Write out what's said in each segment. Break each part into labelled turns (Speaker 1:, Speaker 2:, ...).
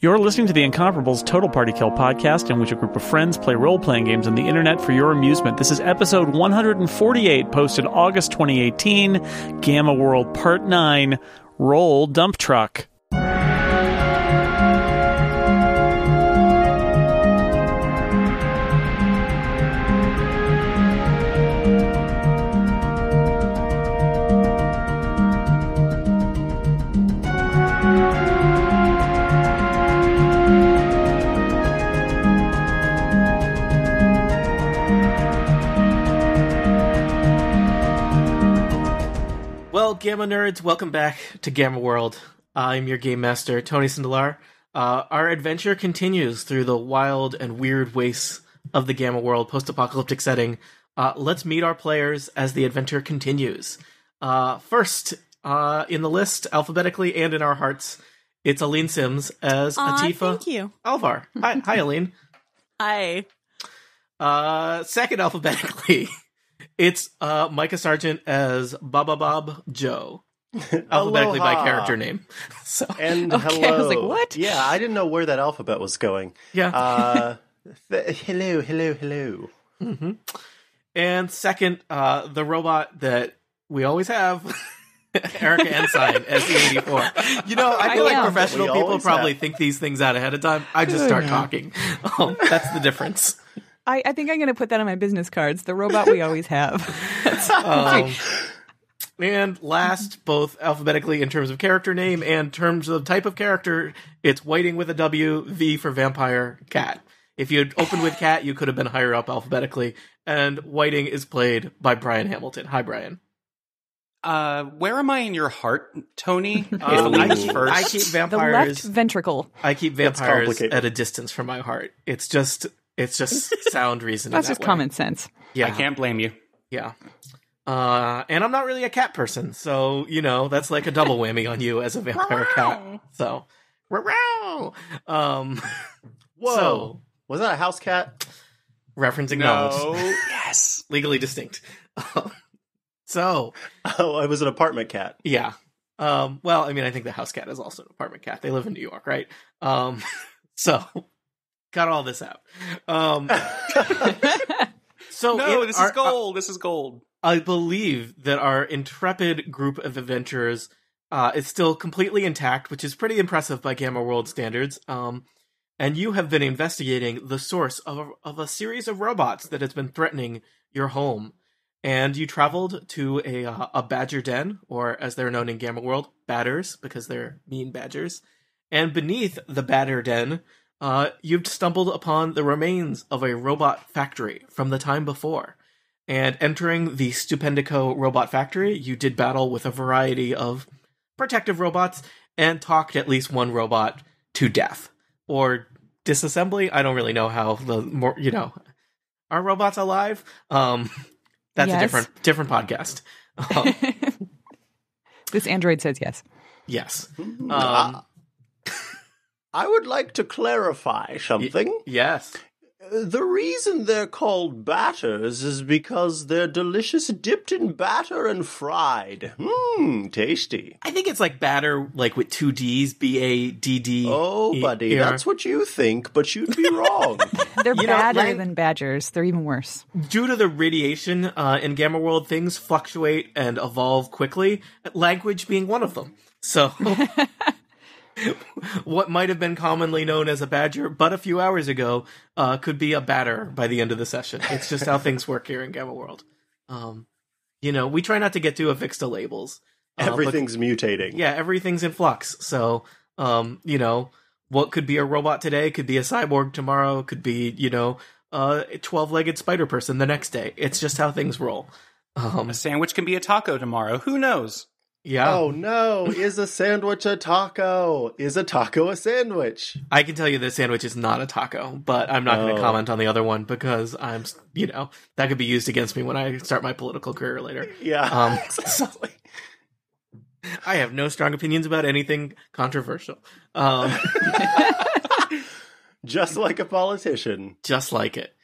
Speaker 1: You're listening to the Incomparables Total Party Kill podcast, in which a group of friends play role playing games on the internet for your amusement. This is episode 148, posted August 2018, Gamma World Part 9 Roll Dump Truck.
Speaker 2: Well, Gamma Nerds, welcome back to Gamma World. I'm your game master, Tony Sindelar. Uh, our adventure continues through the wild and weird wastes of the Gamma World post apocalyptic setting. Uh, let's meet our players as the adventure continues. Uh, first, uh, in the list, alphabetically and in our hearts, it's Aline Sims as
Speaker 3: Aw,
Speaker 2: Atifa
Speaker 3: Thank you.
Speaker 2: Alvar. Hi, hi Aline.
Speaker 3: Hi.
Speaker 2: Uh, second alphabetically, it's uh, Micah Sargent as Baba Bob Joe. alphabetically by
Speaker 4: Aloha.
Speaker 2: character name. So
Speaker 4: And
Speaker 3: Okay,
Speaker 4: hello.
Speaker 3: I was like, what?
Speaker 4: Yeah, I didn't know where that alphabet was going.
Speaker 2: yeah.
Speaker 4: Uh, th- hello, hello, hello.
Speaker 2: and second, uh, the robot that we always have, Erica Ensign as the eighty four. You know, I feel
Speaker 3: I
Speaker 2: like
Speaker 3: am.
Speaker 2: professional
Speaker 4: We
Speaker 2: people
Speaker 4: always
Speaker 2: probably
Speaker 4: have.
Speaker 2: think these things out ahead of time. I just start talking. Um, that's the difference.
Speaker 3: I, I think I'm going to put that on my business cards. The robot we always have.
Speaker 2: Um, and
Speaker 3: Mm-hmm.
Speaker 2: last, both alphabetically in terms of character name and terms of type of character, it's Whiting with a W, V for vampire, cat. If you'd opened with cat, you could have been higher up alphabetically. And Whiting is played by Brian Hamilton. Hi, Brian.
Speaker 5: Uh, where am I in your heart, Tony? If
Speaker 4: Um,
Speaker 5: Aline
Speaker 2: I,
Speaker 5: was
Speaker 2: keep,
Speaker 5: first.
Speaker 2: I keep
Speaker 3: the left
Speaker 2: vampires.
Speaker 3: ventricle.
Speaker 2: I keep vampires
Speaker 4: complicated.
Speaker 2: at a distance from my heart. It's just, it's just sound reasoning.
Speaker 3: That's
Speaker 2: that
Speaker 3: just
Speaker 2: way.
Speaker 3: common sense.
Speaker 2: Yeah,
Speaker 5: I can't blame you.
Speaker 2: Yeah. Uh, and I'm not really a cat person, so you know that's like a double whammy on you as a vampire cat. So, Wow. um,
Speaker 4: Whoa.
Speaker 2: So-
Speaker 4: was that a house cat?
Speaker 2: referencing gnomes,
Speaker 5: yes.
Speaker 2: legally distinct. Um, so,
Speaker 4: Oh, it was an apartment cat.
Speaker 2: yeah. Um, well, I mean, I think the house cat is also an apartment cat. They live in New York, right? Um, so, got all this out. Um, so
Speaker 5: No,
Speaker 2: in
Speaker 5: this
Speaker 2: our-
Speaker 5: is gold. this is gold.
Speaker 2: I believe that our intrepid group of adventurers uh, is still completely intact, which is pretty impressive by Gamma World standards. Um, and you have been investigating the source of a, of a series of robots that has been threatening your home. And you traveled to a uh, a badger den, or as they're known in Gamma World, batters, because they're mean badgers. And beneath the batter den, uh, you've stumbled upon the remains of a robot factory from the time before. And entering the Stupendico robot factory, you did battle with a variety of protective robots and talked at least one robot to death or disassembly. I don't really know how the more you know are robots alive. Um, that's
Speaker 3: Yes.
Speaker 2: a different different podcast. Um,
Speaker 3: This android says yes.
Speaker 2: yes. Um,
Speaker 4: Uh, I would like to clarify something.
Speaker 2: yes.
Speaker 4: The reason they're called batters is because they're delicious dipped in batter and fried. Mmm, tasty.
Speaker 2: I think it's like batter, like with two D's, B A D D. E
Speaker 4: Oh, buddy, that's what you think, but you'd be wrong.
Speaker 2: Oh,
Speaker 3: They're
Speaker 2: You know,
Speaker 3: badder
Speaker 2: Lang-
Speaker 3: than badgers. They're even worse.
Speaker 2: due to the radiation uh, in Gamma World, things fluctuate and evolve quickly. Language being one of them. So, what might have been commonly known as a badger, but a few hours ago, uh, could be a batter by the end of the session. It's just how things work here in Gamma World. Um, you know, we try not to get too affixed to labels. uh, but-
Speaker 4: Everything's mutating.
Speaker 2: yeah, everything's in flux. So, um, you know, what could be a robot today could be a cyborg tomorrow, could be, you know, a 12 legged spider person the next day. It's just how things roll. Um,
Speaker 5: A sandwich can be a taco tomorrow. Who knows?
Speaker 2: yeah.
Speaker 4: Oh no, is a sandwich a taco? Is a taco a sandwich?
Speaker 2: I can tell you this sandwich is not a taco, but I'm not going
Speaker 4: Oh.
Speaker 2: to comment on the other one because I'm, s- you know, that could be used against me when I start my political career later.
Speaker 4: Yeah.
Speaker 2: Um, I have no strong opinions about anything controversial. Um,
Speaker 4: Just like a politician.
Speaker 2: just like it.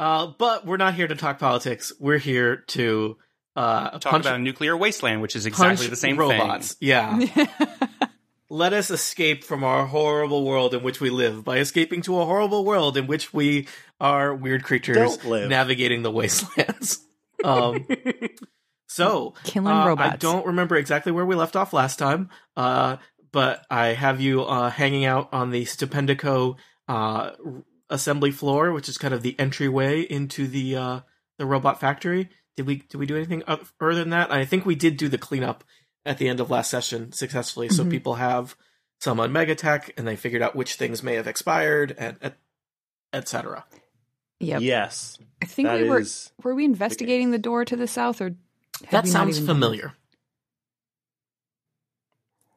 Speaker 2: Uh, but we're not here to talk politics. We're here to uh,
Speaker 5: Talk
Speaker 2: punch,
Speaker 5: about a nuclear wasteland, which is exactly
Speaker 2: punch
Speaker 5: the same
Speaker 2: robots. Yeah, Let us escape from our horrible world in which we live by escaping to a horrible world in which we are weird creatures
Speaker 4: Don't live.
Speaker 2: navigating the wastelands. Um, so,
Speaker 3: Killing
Speaker 2: uh,
Speaker 3: robots.
Speaker 2: I don't remember exactly where we left off last time, uh, but I have you uh, hanging out on the Stipendico uh, r- assembly floor, which is kind of the entryway into the uh, the robot factory. Did we did we do anything oth- other than that? I think we did do the cleanup at the end of last session successfully. So
Speaker 3: Mhm.
Speaker 2: people have some on Megatech, and they figured out which things may have expired, and et, et cetera.
Speaker 3: Yep.
Speaker 4: Yes,
Speaker 3: I think
Speaker 4: that
Speaker 3: we were
Speaker 4: is.
Speaker 3: were we investigating the door to the south or had
Speaker 2: That
Speaker 3: we not
Speaker 2: sounds
Speaker 3: even-
Speaker 2: familiar.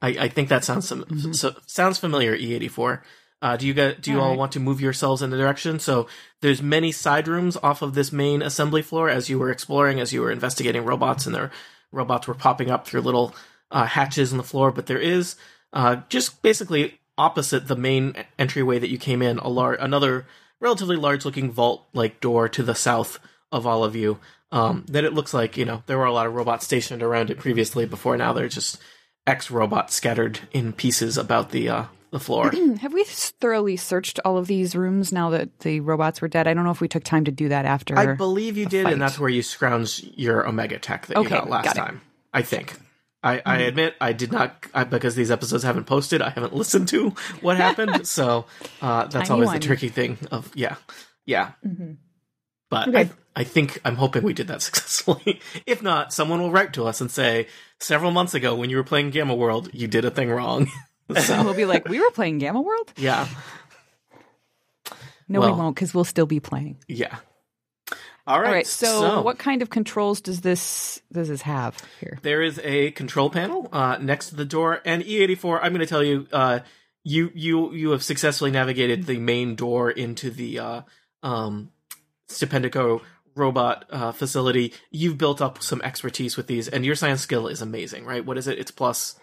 Speaker 2: I, I think that sounds some,
Speaker 3: Mhm.
Speaker 2: so, sounds familiar. E eighty four. Uh, Do you get, do you all
Speaker 3: Alright.
Speaker 2: want to move yourselves in the direction? So there's many side rooms off of this main assembly floor as you were exploring, as you were investigating robots, and their robots were popping up through little uh, hatches in the floor. But there is uh, just basically opposite the main entryway that you came in, a lar- another relatively large looking vault like door to the south of all of you. Um, that it looks like you know there were a lot of robots stationed around it previously. Before now, they're just X robots scattered in pieces about the uh, the floor.
Speaker 3: Have we thoroughly searched all of these rooms now that the robots were dead? I don't know if we took time to do that after.
Speaker 2: I believe you did,
Speaker 3: fight.
Speaker 2: and that's where you scrounged your Omega Tech that you
Speaker 3: Okay,
Speaker 2: got last
Speaker 3: got it. Mm-hmm.
Speaker 2: time. I think. I, I admit I did not I, because these episodes haven't posted. I haven't listened to what happened, so uh, that's
Speaker 3: Tiny
Speaker 2: always
Speaker 3: one.
Speaker 2: the tricky thing. Of yeah, yeah.
Speaker 3: Mhm.
Speaker 2: But
Speaker 3: Okay.
Speaker 2: I, I think I'm hoping we did that successfully. if not, someone will write to us and say several months ago when you were playing Gamma World, you did a thing wrong.
Speaker 3: And we'll be like, we were playing Gamma World.
Speaker 2: yeah,
Speaker 3: No,
Speaker 2: Well.
Speaker 3: we won't, because we'll still be playing.
Speaker 2: yeah. All right.
Speaker 3: All right. So, what kind of controls does this does this have here?
Speaker 2: There is a control panel uh, next to the door, and E84. I'm going to tell you, uh, you you you have successfully navigated the main door into the uh, um, Stipendico robot uh, facility. You've built up some expertise with these, and your science skill is amazing, right? What is it? It's plus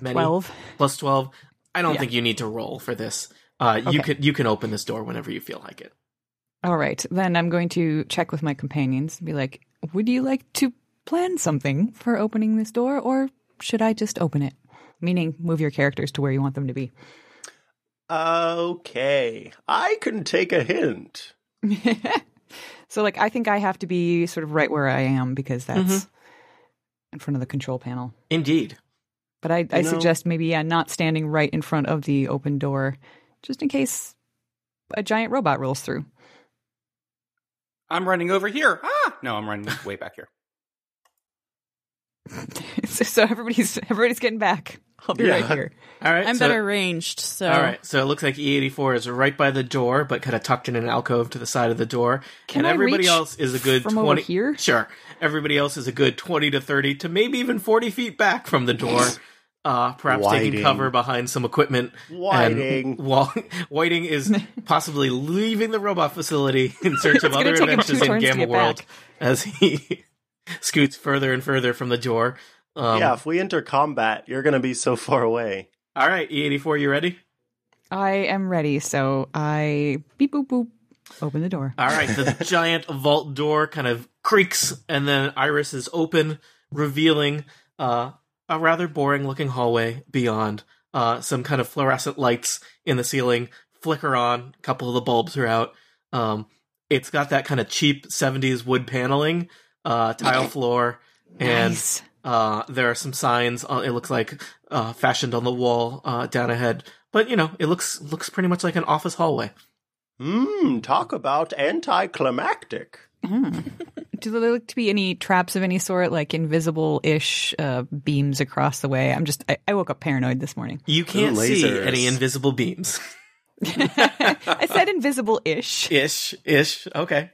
Speaker 2: many
Speaker 3: Twelve.
Speaker 2: plus twelve. I don't
Speaker 3: Yeah.
Speaker 2: think you need to roll for this. Uh, You
Speaker 3: Okay.
Speaker 2: can you can open this door whenever you feel like it.
Speaker 3: All right. Then I'm going to check with my companions and be like, would you like to plan something for opening this door, or should I just open it? Meaning, move your characters to where you want them to be.
Speaker 4: Okay, I can take a hint.
Speaker 3: So, like, I think I have to be sort of right where I am because that's in front of the control panel.
Speaker 2: Indeed.
Speaker 3: But I, I
Speaker 4: know-
Speaker 3: suggest maybe, yeah, not standing right in front of the open door just in case a giant robot rolls through.
Speaker 5: I'm running over here. Ah, no, I'm running way back here.
Speaker 3: so, so everybody's everybody's getting back. I'll be right
Speaker 4: Yeah.
Speaker 3: here.
Speaker 2: All right.
Speaker 6: I'm
Speaker 2: so-
Speaker 6: better ranged, so
Speaker 2: All right, so it looks like E84 is right by the door, but kind of tucked in an alcove to the side of the door.
Speaker 3: Can
Speaker 2: and
Speaker 3: I
Speaker 2: everybody
Speaker 3: reach
Speaker 2: else is a good
Speaker 3: from
Speaker 2: 20
Speaker 3: over here?
Speaker 2: Sure. Everybody else is a good 20 to 30 to maybe even 40 feet back from the door, uh, perhaps taking
Speaker 4: Whiting.
Speaker 2: cover behind some equipment. and
Speaker 4: Whiting.
Speaker 2: wa- Whiting is possibly leaving the robot facility in search of
Speaker 3: It's gonna
Speaker 2: other
Speaker 3: take him two
Speaker 2: adventures in
Speaker 3: turns to
Speaker 2: Gamma
Speaker 3: get
Speaker 2: World
Speaker 3: back.
Speaker 2: as he scoots further and further from the door. Um,
Speaker 4: yeah, if we enter combat, you're going to be so far away.
Speaker 2: All right, E84, you ready?
Speaker 3: I am ready, so I beep boop boop open the door.
Speaker 2: All right, the giant vault door kind of creaks, and then Iris is open, revealing uh, a rather boring looking hallway beyond. Uh, some kind of fluorescent lights in the ceiling flicker on, a couple of the bulbs are out. Um, it's got that kind of cheap 70s wood paneling, uh, tile floor, and
Speaker 3: nice.
Speaker 2: uh, there are some signs. Uh, it looks like uh, fashioned on the wall uh, down ahead, but you know, it looks looks pretty much like an office hallway.
Speaker 4: Hmm, talk about anticlimactic.
Speaker 3: Do there look to be any traps of any sort, like invisible-ish uh, beams across the way? I'm just I, I woke up paranoid this morning.
Speaker 2: You can't see
Speaker 4: lasers.
Speaker 2: any invisible beams.
Speaker 3: I said invisible-ish.
Speaker 2: Ish, ish. Okay.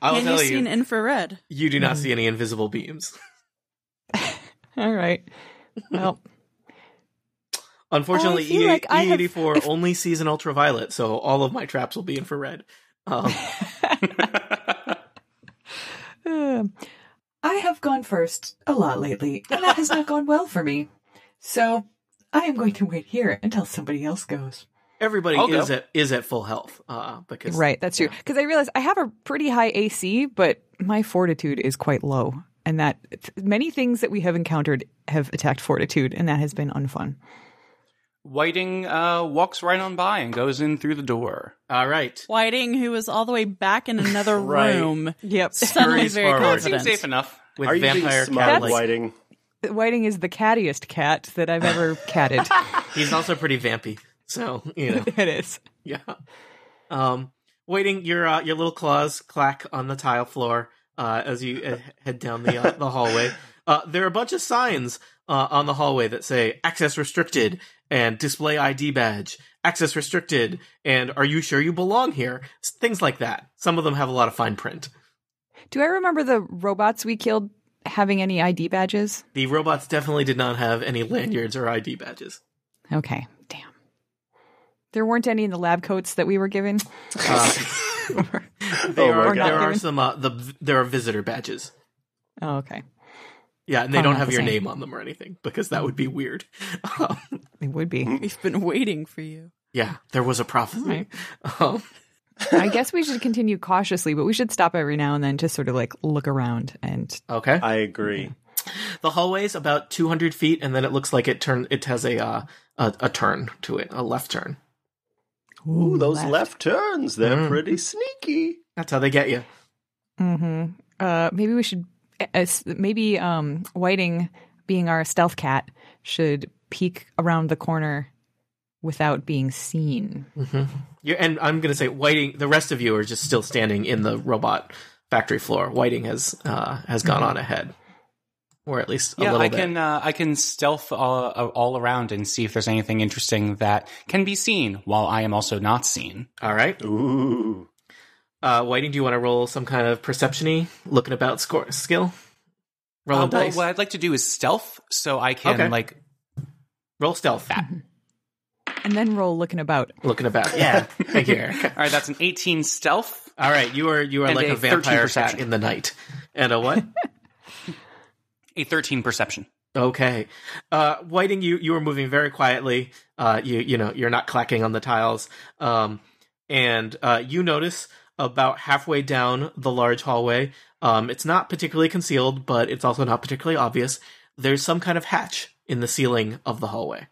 Speaker 2: I'll
Speaker 6: Can you
Speaker 2: tell
Speaker 6: see
Speaker 2: you,
Speaker 6: an infrared?
Speaker 2: you do not see any invisible beams.
Speaker 3: All right. Well,
Speaker 2: Unfortunately,
Speaker 3: I feel
Speaker 2: E-
Speaker 3: like I have-
Speaker 2: E84 only sees an ultraviolet, so all of my traps will be infrared. Um,
Speaker 3: Um, I have gone first a lot lately, and that has not gone well for me. So I am going to wait here until somebody else goes.
Speaker 2: everybody
Speaker 5: I'll go.
Speaker 2: is at is at full health uh, because
Speaker 3: Right, that's true. Because I realize I have a pretty high AC, but my fortitude is quite low. and that many things that we have encountered have attacked fortitude, and that has been unfun.
Speaker 5: Whiting uh, walks right on by and goes in through the door.
Speaker 2: All right.
Speaker 6: Whiting, who is all the way back in another
Speaker 4: Right.
Speaker 6: room,
Speaker 3: Yep.
Speaker 6: suddenly
Speaker 2: Hurries
Speaker 6: very
Speaker 2: forward.
Speaker 5: It seems
Speaker 6: confident.
Speaker 5: safe enough.
Speaker 2: With
Speaker 4: Are you being
Speaker 2: vampire
Speaker 4: smart,
Speaker 2: cat.
Speaker 4: Whiting?
Speaker 3: Whiting is the cattiest cat that I've ever catted.
Speaker 2: He's also pretty vampy. So, you know.
Speaker 3: it is.
Speaker 2: Yeah. Um, waiting your uh, your little claws clack on the tile floor uh, as you uh, head down the uh, the hallway. Uh, there are a bunch of signs uh, on the hallway that say "access restricted" and "display ID badge." Access restricted, and are you sure you belong here? S- Things like that. Some of them have a lot of fine print.
Speaker 3: Do I remember the robots we killed having any ID badges?
Speaker 2: The robots definitely did not have any lanyards or ID badges.
Speaker 3: Okay. Damn. There weren't any in the lab coats that we were given.
Speaker 2: Uh,
Speaker 4: Oh
Speaker 2: there
Speaker 4: my
Speaker 2: are
Speaker 4: God.
Speaker 2: there are
Speaker 3: Given.
Speaker 2: some uh, the there are visitor badges.
Speaker 3: Oh, okay.
Speaker 2: Yeah, and they
Speaker 3: Oh,
Speaker 2: don't
Speaker 3: not
Speaker 2: have
Speaker 3: the
Speaker 2: your
Speaker 3: same.
Speaker 2: name on them or anything because that would be weird. Um,
Speaker 3: They would be.
Speaker 6: We've been waiting for you.
Speaker 2: yeah, there was a prophecy.
Speaker 3: Right.
Speaker 2: Um,
Speaker 3: I guess we should continue cautiously, but we should stop every now and then to sort of like look around and
Speaker 2: okay.
Speaker 4: I agree.
Speaker 2: The hallway's about 200 feet, and then it looks like it turn. It has a uh, a, a turn to it, a left turn.
Speaker 4: Ooh, those left, turns, they're
Speaker 2: Mm.
Speaker 4: pretty sneaky.
Speaker 2: That's how they get you.
Speaker 3: hmm Uh, maybe we should. uh, Uh, s- maybe um, Whiting, being our stealth cat, should peek around the corner without being seen.
Speaker 2: you and I'm gonna say, Whiting. The rest of you are just still standing in the robot factory floor. Whiting has uh, has gone on ahead, or at least a
Speaker 5: Mm-hmm. yeah,
Speaker 2: little
Speaker 5: I
Speaker 2: bit.
Speaker 5: can uh, I can stealth all, uh, all around and see if there's anything interesting that can be seen while I am also not seen.
Speaker 2: All right,
Speaker 4: Ooh.
Speaker 2: uh, Whiting. Do you want to roll some kind of perceptiony, looking about score skill? Roll
Speaker 5: Uh,
Speaker 2: a
Speaker 5: well,
Speaker 2: dice.
Speaker 5: what I'd like to do is stealth, so I can
Speaker 2: Okay.
Speaker 5: like
Speaker 2: Roll stealth.
Speaker 5: Mm-hmm.
Speaker 3: And then roll looking about.
Speaker 2: Looking about. Yeah. Thank you, Eric.
Speaker 5: All right, that's an 18 stealth.
Speaker 2: All right, you are you are
Speaker 5: And
Speaker 2: like
Speaker 5: a
Speaker 2: a, vampire
Speaker 5: 13%
Speaker 2: cat in the night. And a what?
Speaker 5: A 13 perception.
Speaker 2: okay. Uh Whiting, you you are moving very quietly. Uh you you know, you're not clacking on the tiles. Um and uh you notice about halfway down the large hallway, um it's not particularly concealed, but it's also not particularly obvious. There's some kind of hatch in the ceiling of the hallway.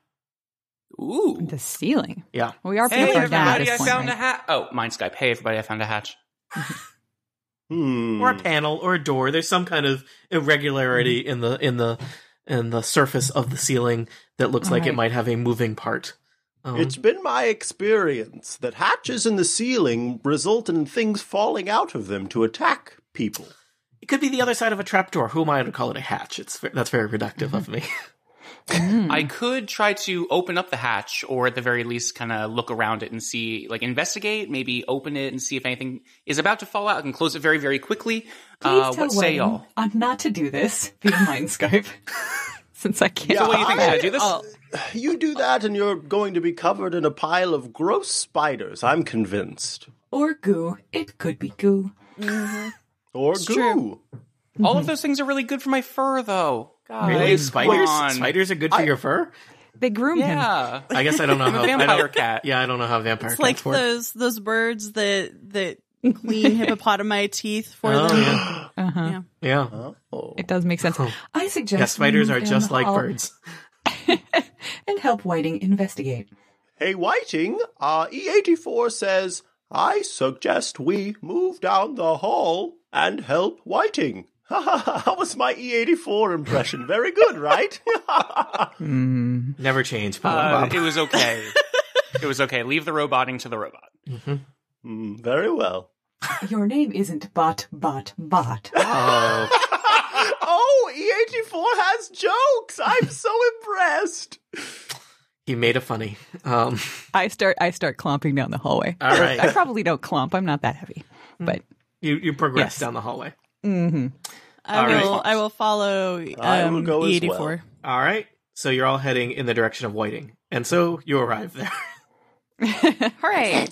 Speaker 5: Ooh.
Speaker 3: The ceiling.
Speaker 2: Yeah.
Speaker 3: Well, we are
Speaker 5: Hey,
Speaker 3: pretty far down at
Speaker 5: everybody,
Speaker 3: this
Speaker 5: I
Speaker 3: point,
Speaker 5: found a
Speaker 3: right?
Speaker 5: hatch. Oh, mine Skype. Hey, everybody, I found a hatch.
Speaker 4: Hmm.
Speaker 2: Or a panel or a door. There's some kind of irregularity
Speaker 5: Mm-hmm.
Speaker 2: in the in the in the surface of the ceiling that looks like it
Speaker 3: Right.
Speaker 2: might have a moving part. Um,
Speaker 4: It's been my experience that hatches in the ceiling result in things falling out of them to attack people.
Speaker 2: It could be the other side of a trapdoor. Who am I to call it a hatch? It's ve- that's very reductive of me.
Speaker 5: I could try to open up the hatch, or at the very least, kind of look around it and see, like, investigate, maybe open it and see if anything is about to fall out. I can close it very, very quickly. uh, what say y'all?
Speaker 3: I'm not to do this via Mind Skype, since I can't.
Speaker 5: So what do you think? Should I do this?
Speaker 4: You do that and you're going to be covered in a pile of gross spiders, I'm convinced.
Speaker 3: Or goo. It could be goo.
Speaker 4: Or goo.
Speaker 5: All of those things are really good for my fur, though. God,
Speaker 2: Really,
Speaker 5: come
Speaker 2: spiders?
Speaker 5: on.
Speaker 2: Spiders are good for your fur.
Speaker 3: They groom him.
Speaker 5: Yeah.
Speaker 2: I guess I don't know
Speaker 5: I'm
Speaker 2: how
Speaker 5: a
Speaker 2: I
Speaker 5: vampire
Speaker 2: don't,
Speaker 5: cat.
Speaker 2: Yeah, I don't know how vampire
Speaker 6: It's
Speaker 2: cats
Speaker 6: like
Speaker 2: work.
Speaker 6: those those birds that that clean hippopotami teeth for
Speaker 2: Oh,
Speaker 6: them.
Speaker 2: yeah.
Speaker 3: Uh-huh.
Speaker 2: yeah,
Speaker 4: Oh.
Speaker 3: It does make sense. I suggest
Speaker 2: yeah. Spiders
Speaker 3: we
Speaker 2: are
Speaker 3: move
Speaker 2: just
Speaker 3: down
Speaker 2: like
Speaker 3: the hall
Speaker 2: birds.
Speaker 3: and help Whiting investigate.
Speaker 4: Hey, Whiting, uh, E84 says, I suggest we move down the hall and help Whiting. How was my E84 impression? Very good, right?
Speaker 2: Never change.
Speaker 5: Uh, it was okay. it was okay. Leave the roboting to the robot.
Speaker 4: Mm, Very well.
Speaker 3: Your name isn't Bot Bot Bot.
Speaker 2: oh,
Speaker 4: oh, E84 has jokes. I'm so impressed.
Speaker 2: he made a funny. Um,
Speaker 3: I start I start clomping down the hallway.
Speaker 2: all
Speaker 3: I
Speaker 2: right,
Speaker 3: probably don't clomp. I'm not that heavy. But
Speaker 2: you you progress
Speaker 3: Yes.
Speaker 2: down the hallway.
Speaker 4: Mm-hmm.
Speaker 3: hmm
Speaker 2: All
Speaker 6: I
Speaker 2: right.
Speaker 6: will I will follow um,
Speaker 4: I will go as
Speaker 6: E84.
Speaker 4: well.
Speaker 2: All right, so you're all heading in the direction of Whiting, and so you arrive there.
Speaker 3: hooray!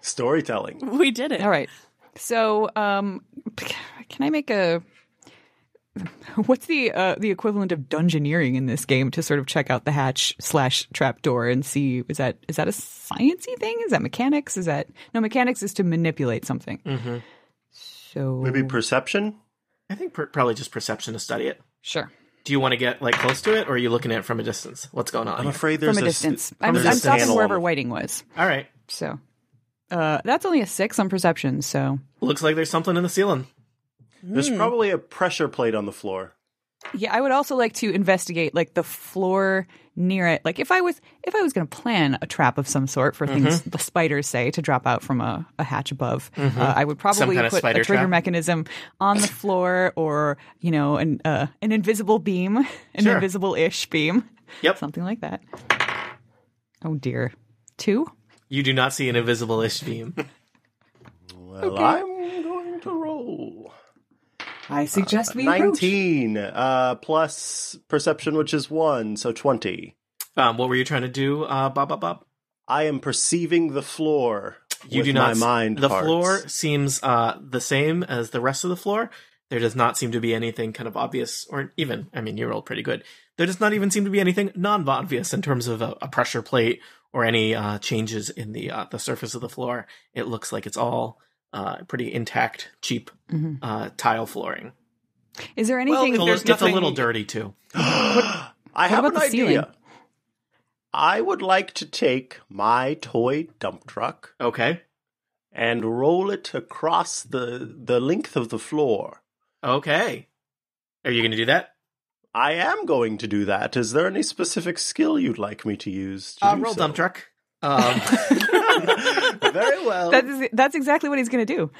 Speaker 4: Storytelling.
Speaker 6: We did it.
Speaker 3: All right. So, um, can I make a what's the uh, the equivalent of dungeoneering in this game to sort of check out the hatch slash trapdoor and see is that is that a sciency thing? Is that mechanics?
Speaker 4: Mm-hmm.
Speaker 3: Is that no mechanics is to manipulate something. So
Speaker 4: Maybe perception?
Speaker 2: I think per- probably just perception to study it.
Speaker 3: Sure.
Speaker 2: Do you want to get like close to it, or are you looking at it from a distance? What's going on?
Speaker 4: I'm
Speaker 2: here?
Speaker 4: afraid there's
Speaker 3: From a
Speaker 4: s-
Speaker 3: distance. I'm,
Speaker 4: there's
Speaker 3: I'm
Speaker 4: a
Speaker 3: stopping
Speaker 4: panel
Speaker 3: wherever
Speaker 4: on
Speaker 3: waiting was.
Speaker 2: All right,
Speaker 3: So uh, that's only a six on perception. So
Speaker 2: looks like there's something in the ceiling.
Speaker 4: the- There's
Speaker 3: Hmm.
Speaker 4: probably a pressure plate on the floor.
Speaker 3: yeah, I would also like to investigate like the floor near it. Like if I was if I was going to plan a trap of some sort for things the spiders say to drop out from a, a hatch above, uh, I would probably
Speaker 2: kind of
Speaker 3: put a
Speaker 2: spider
Speaker 3: trigger
Speaker 2: trap.
Speaker 3: mechanism on the floor or you know an uh, an invisible beam, an
Speaker 2: Sure.
Speaker 3: invisible ish beam,
Speaker 2: Yep,
Speaker 3: something like that. Oh dear, two.
Speaker 2: you do not see an invisible-ish beam.
Speaker 4: Well, I'm going to roll.
Speaker 3: I suggest we approach.
Speaker 4: 19 uh, plus perception, which is 1, so 20.
Speaker 2: Um, what were you trying to do, uh, Bob? Bob? Bob?
Speaker 4: I am perceiving the floor.
Speaker 2: You
Speaker 4: with
Speaker 2: do not.
Speaker 4: My mind
Speaker 2: the
Speaker 4: parts.
Speaker 2: floor seems uh, the same as the rest of the floor. There does not seem to be anything kind of obvious, or even. I mean, you rolled pretty good. There does not even seem to be anything non-obvious in terms of a, a pressure plate or any uh, changes in the uh, the surface of the floor. It looks like it's all uh, pretty intact, cheap
Speaker 3: Mhm.
Speaker 2: uh, tile flooring.
Speaker 3: Is there
Speaker 5: Well,
Speaker 3: anything?
Speaker 5: Mm-hmm. if
Speaker 2: It's a,
Speaker 5: there's
Speaker 2: li- it's a
Speaker 5: nothing-
Speaker 2: little dirty too.
Speaker 4: I have
Speaker 3: about
Speaker 4: an
Speaker 3: the
Speaker 4: idea.
Speaker 3: ceiling?
Speaker 4: I would like to take my toy dump truck
Speaker 2: Okay.
Speaker 4: and roll it across the the length of the floor.
Speaker 2: Okay. Are you going to do that?
Speaker 4: I am going to do that. Is there any specific skill you'd like me to use? To
Speaker 2: Uh,
Speaker 4: do
Speaker 2: roll
Speaker 4: so?
Speaker 2: dump truck. Um,
Speaker 4: Very well.
Speaker 3: That is, that's exactly what he's going to do.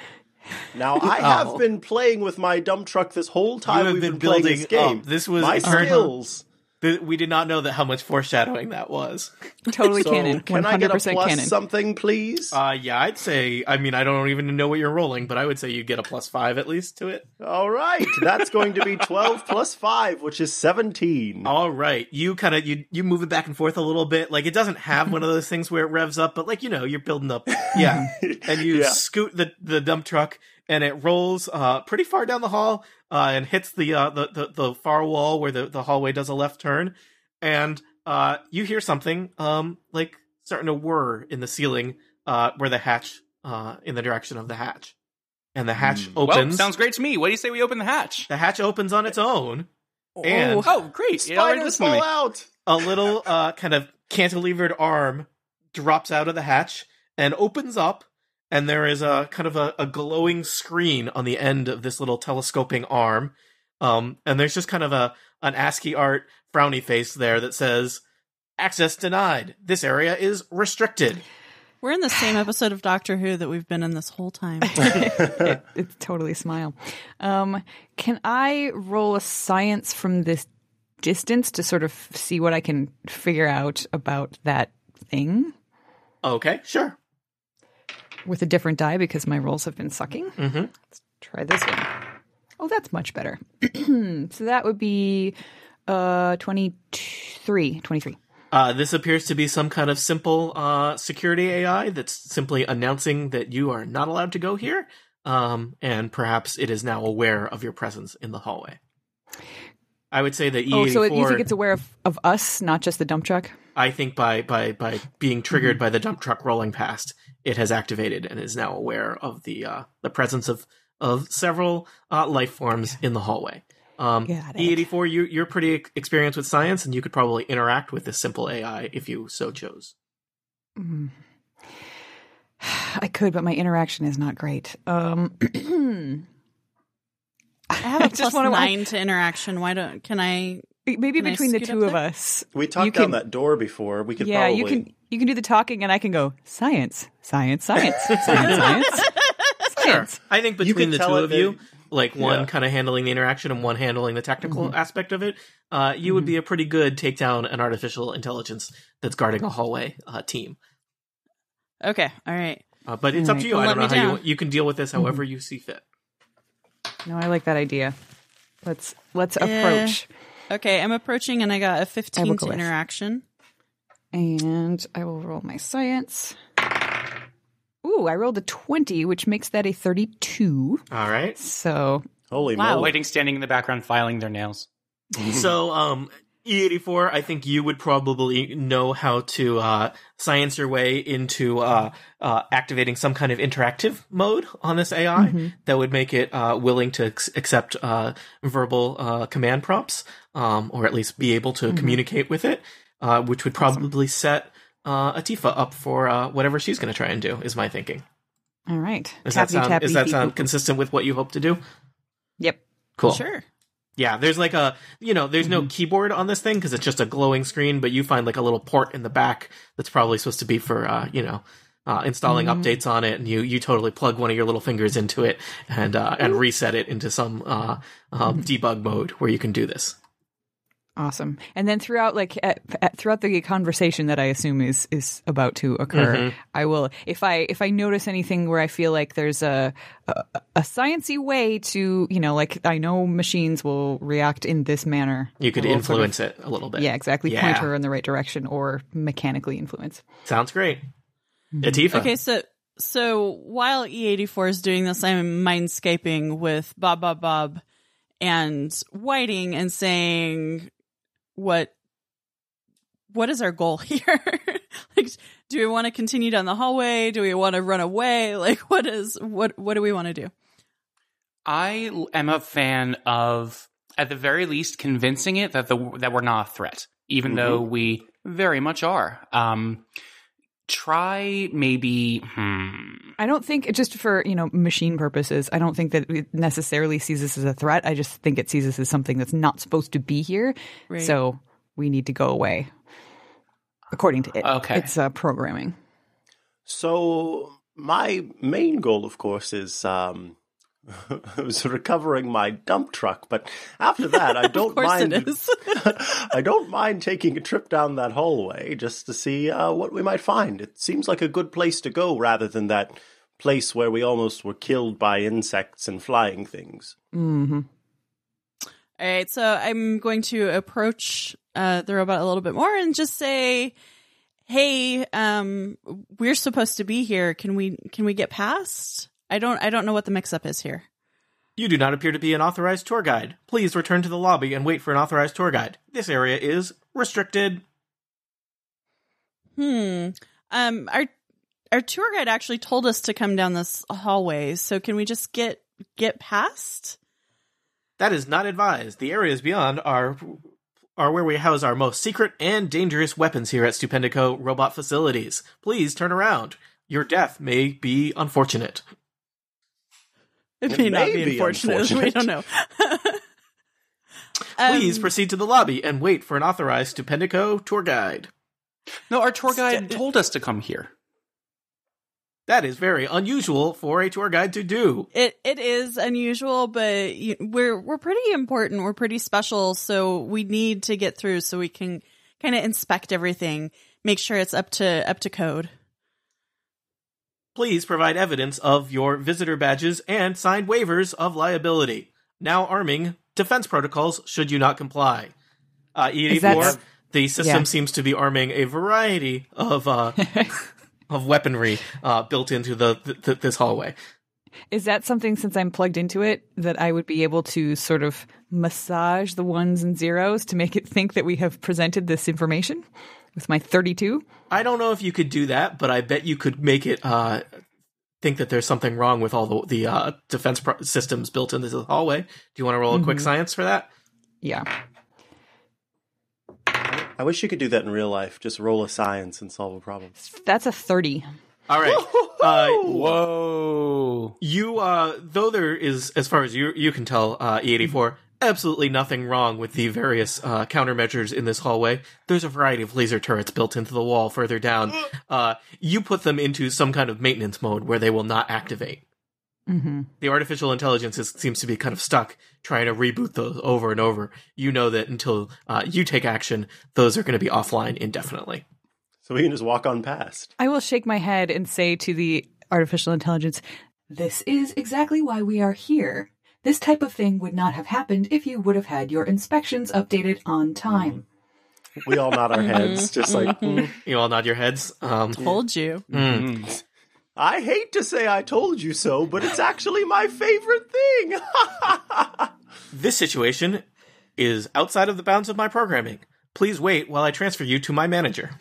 Speaker 4: Now I have
Speaker 2: Oh.
Speaker 4: been playing with my dump truck this whole time.
Speaker 2: have
Speaker 4: we've
Speaker 2: been
Speaker 4: been, playing
Speaker 2: building
Speaker 4: this game.
Speaker 2: up. This was
Speaker 4: my
Speaker 2: a turn-
Speaker 4: skills.
Speaker 2: th- we did not know that how much foreshadowing that was.
Speaker 3: Totally
Speaker 4: So
Speaker 3: canon.
Speaker 4: can
Speaker 3: 100%
Speaker 4: I get a plus
Speaker 3: canon.
Speaker 4: something, please?
Speaker 2: Uh, yeah, I'd say. I mean, I don't even know what you're rolling, but I would say you get a plus five at least to it.
Speaker 4: All right, that's going to be twelve plus five, which is seventeen.
Speaker 2: All right, you kind of you you move it back and forth a little bit. Like it doesn't have one of those things where it revs up, but like you know, you're building up. Yeah, and you
Speaker 4: Yeah.
Speaker 2: scoot the the dump truck, and it rolls uh pretty far down the hall uh, and hits the uh the, the the far wall where the the hallway does a left turn, and uh you hear something um like starting to whir in the ceiling uh where the hatch uh in the direction of the hatch, and the hatch opens.
Speaker 5: Well, sounds great to me. What do you say we open the hatch?
Speaker 2: The hatch opens on its own, and
Speaker 5: Oh, great! You already
Speaker 4: Spiders
Speaker 5: listened
Speaker 4: fall
Speaker 5: to me.
Speaker 4: out.
Speaker 2: a little uh, kind of cantilevered arm drops out of the hatch and opens up, and there is a kind of a, a glowing screen on the end of this little telescoping arm, um, and there's just kind of a an ASCII art frowny face there that says. Access denied. This area is restricted.
Speaker 6: We're in the same episode of Doctor Who that we've been in this whole time.
Speaker 3: It- it's totally smile. Um, can I roll a science from this distance to sort of see what I can figure out about that thing
Speaker 2: Okay, sure.
Speaker 3: with a different die because my rolls have been sucking? Mm-hmm. Let's try this one. Oh, that's much better. so that would be uh, 23. 23.
Speaker 2: Uh, this appears to be some kind of simple uh, security AI that's simply announcing that you are not allowed to go here, um, and perhaps it is now aware of your presence in the hallway. I would say that E84.
Speaker 3: Oh, so it, you think it's aware of, of us, not just the dump truck?
Speaker 2: I think by by by being
Speaker 3: Mm-hmm.
Speaker 2: triggered by the dump truck rolling past, it has activated and is now aware of the uh, the presence of of several uh, life forms in the hallway. Um,
Speaker 3: Got it.
Speaker 2: E84, you you're pretty ex- experienced with science, and you could probably interact with this simple AI if you so chose.
Speaker 3: I could, but my interaction is not great. Um,
Speaker 6: I have a
Speaker 3: I just
Speaker 6: plus
Speaker 3: wanna-
Speaker 6: nine to interaction. Why don't? Can I?
Speaker 3: maybe
Speaker 6: Can I
Speaker 3: between the
Speaker 6: scoot up
Speaker 3: two of
Speaker 6: there?
Speaker 3: us,
Speaker 4: We talked
Speaker 3: You
Speaker 4: down
Speaker 3: can-
Speaker 4: that door before. We could
Speaker 3: yeah,
Speaker 4: probably.
Speaker 3: you can you can do the talking, and I can go science, science, science, science, science, science.
Speaker 2: I think
Speaker 4: You
Speaker 2: between
Speaker 4: could
Speaker 2: the
Speaker 4: tell
Speaker 2: two
Speaker 4: it
Speaker 2: of you,
Speaker 4: that-
Speaker 2: like one
Speaker 4: Yeah. Mm-hmm.
Speaker 2: kind of handling the interaction and one handling the technical aspect of it, uh, you would be a pretty good take down an artificial intelligence that's guarding a hallway uh, team.
Speaker 6: Okay, all right.
Speaker 2: Uh, but it's up to
Speaker 3: Alright.
Speaker 2: you. I don't
Speaker 6: Don't
Speaker 2: know
Speaker 6: let me
Speaker 2: how you
Speaker 6: down.
Speaker 2: you can deal with
Speaker 4: Mm-hmm.
Speaker 2: this however you see fit.
Speaker 3: No, I like that idea. Let's let's approach,
Speaker 6: Okay, I'm approaching, and I got a
Speaker 3: I will
Speaker 6: fifteen
Speaker 3: go
Speaker 6: to
Speaker 3: with.
Speaker 6: interaction.
Speaker 3: and I will roll my science. Ooh, I rolled a twenty, which makes that a thirty-two.
Speaker 2: All right.
Speaker 3: So
Speaker 4: Holy
Speaker 6: Wow.
Speaker 4: moly!
Speaker 5: Waiting, standing in the background, filing their nails.
Speaker 2: so, um, E84, I think you would probably know how to uh, science your way into uh, uh, activating some kind of interactive mode on this AI
Speaker 3: Mm-hmm.
Speaker 2: that would make it uh, willing to ex- accept uh, verbal uh, command prompts, um, or at least be able
Speaker 3: Mm-hmm.
Speaker 2: to communicate with it, uh, which would probably set uh, Atifa up for uh, whatever she's going to try and do, is my thinking.
Speaker 3: All right.
Speaker 2: Does that
Speaker 3: Tappy
Speaker 2: sound,
Speaker 3: tappy
Speaker 2: does that
Speaker 3: beep,
Speaker 2: sound
Speaker 3: boop.
Speaker 2: consistent with what you hope to do?
Speaker 3: Yep.
Speaker 2: Cool.
Speaker 6: Sure.
Speaker 2: Yeah, there's like a you know, there's no keyboard on this thing because it's just a glowing screen, but you find like a little port in the back that's probably supposed to be for uh, you know, uh, installing updates on it, and you you totally plug one of your little fingers into it and uh, and reset it into some uh, um, debug mode where you can do this.
Speaker 3: Awesome. And then throughout, like at, at, throughout the conversation that I assume is is about to occur, I will if I if I notice anything where I feel like there's a a, a sciency way to you know like I know machines will react in this manner.
Speaker 2: You could
Speaker 3: I will sort of-
Speaker 2: influence it a little bit.
Speaker 3: yeah, exactly.
Speaker 2: Yeah.
Speaker 3: Point her in the right direction or mechanically influence.
Speaker 2: Sounds great. Atifa.
Speaker 6: Okay, so so while E84 is doing this, I'm mindscaping with Bob Bob Bob and Whiting and saying what what is our goal here? like do we want to continue down the hallway? Do we want to run away? Like what is what what do we want to do?
Speaker 5: I l- am a fan of, at the very least, convincing it that the that we're not a threat, even though we very much are. Um, try maybe. Hmm,
Speaker 3: I don't think just for you know machine purposes. I don't think that it necessarily sees this as a threat. I just think it sees this as something that's not supposed to be here.
Speaker 6: Right.
Speaker 3: So we need to go away, according to it.
Speaker 5: Okay.
Speaker 3: it's uh, programming.
Speaker 4: So my main goal, of course, is um, is recovering my dump truck. But after that, I don't
Speaker 6: Of course
Speaker 4: mind.
Speaker 6: it is.
Speaker 4: I don't mind taking a trip down that hallway just to see uh, what we might find. It seems like a good place to go rather than that place where we almost were killed by insects and flying things.
Speaker 3: hmm
Speaker 6: All right, so I'm going to approach uh, the robot a little bit more and just say, "Hey, um, we're supposed to be here. Can we can we get past? I don't I don't know what the mix up is here.
Speaker 2: You do not appear to be an authorized tour guide. Please return to the lobby and wait for an authorized tour guide. This area is restricted.
Speaker 6: Hmm. Um. Our our tour guide actually told us to come down this hallway. So can we just get get past?
Speaker 2: That is not advised. The areas beyond are are where we house our most secret and dangerous weapons here at Stupendico Robot Facilities. Please turn around. Your death may be unfortunate.
Speaker 6: It,
Speaker 4: It
Speaker 6: may, not
Speaker 4: may
Speaker 6: be,
Speaker 4: be
Speaker 6: unfortunate. We
Speaker 4: unfortunate.
Speaker 6: don't know.
Speaker 2: Please
Speaker 6: Um,
Speaker 2: proceed to the lobby and wait for an authorized Stupendico tour guide.
Speaker 5: no, our tour guide told us to come here.
Speaker 2: That is very unusual for a tour guide to do.
Speaker 6: It it is unusual, but you, we're we're pretty important. We're pretty special, so we need to get through so we can kind of inspect everything, make sure it's up to up to code.
Speaker 2: Please provide evidence of your visitor badges and signed waivers of liability. Now arming defense protocols should you not comply. Uh,
Speaker 3: Is that-
Speaker 2: ED4, the system
Speaker 3: Yeah.
Speaker 2: seems to be arming a variety of uh, of weaponry uh, built into the, th- th- this hallway.
Speaker 3: Is that something since I'm plugged into it that I would be able to sort of massage the ones and zeros to make it think that we have presented this information with my 32?
Speaker 2: I don't know if you could do that, but I bet you could make it uh, think that there's something wrong with all the, the uh, defense pro- systems built into the hallway. Do you want to roll a
Speaker 3: Mm-hmm.
Speaker 2: quick science for that?
Speaker 3: Yeah.
Speaker 4: I wish you could do that in real life. Just roll a science and solve a problem.
Speaker 3: That's a 30.
Speaker 2: All right. Uh,
Speaker 5: Whoa!
Speaker 2: you uh though there is as far as you you can tell uh e84 absolutely nothing wrong with the various uh countermeasures in this hallway there's a variety of laser turrets built into the wall further down uh you put them into some kind of maintenance mode where they will not activate
Speaker 3: Mm-hmm.
Speaker 2: the artificial intelligence is, seems to be kind of stuck trying to reboot those over and over you know that until uh, you take action those are going to be offline indefinitely
Speaker 4: So we can just walk on past.
Speaker 3: I will shake my head and say to the artificial intelligence, This is exactly why we are here. This type of thing would not have happened if you would have had your inspections updated on time.
Speaker 4: We all nod our
Speaker 6: Mm-hmm.
Speaker 4: heads, just like. "Mm,
Speaker 2: you all nod your heads um
Speaker 6: Told you.
Speaker 2: mm.
Speaker 4: I hate to say I told you so, but it's actually my favorite thing.
Speaker 2: This situation is outside of the bounds of my programming. Please wait while I transfer you to my manager.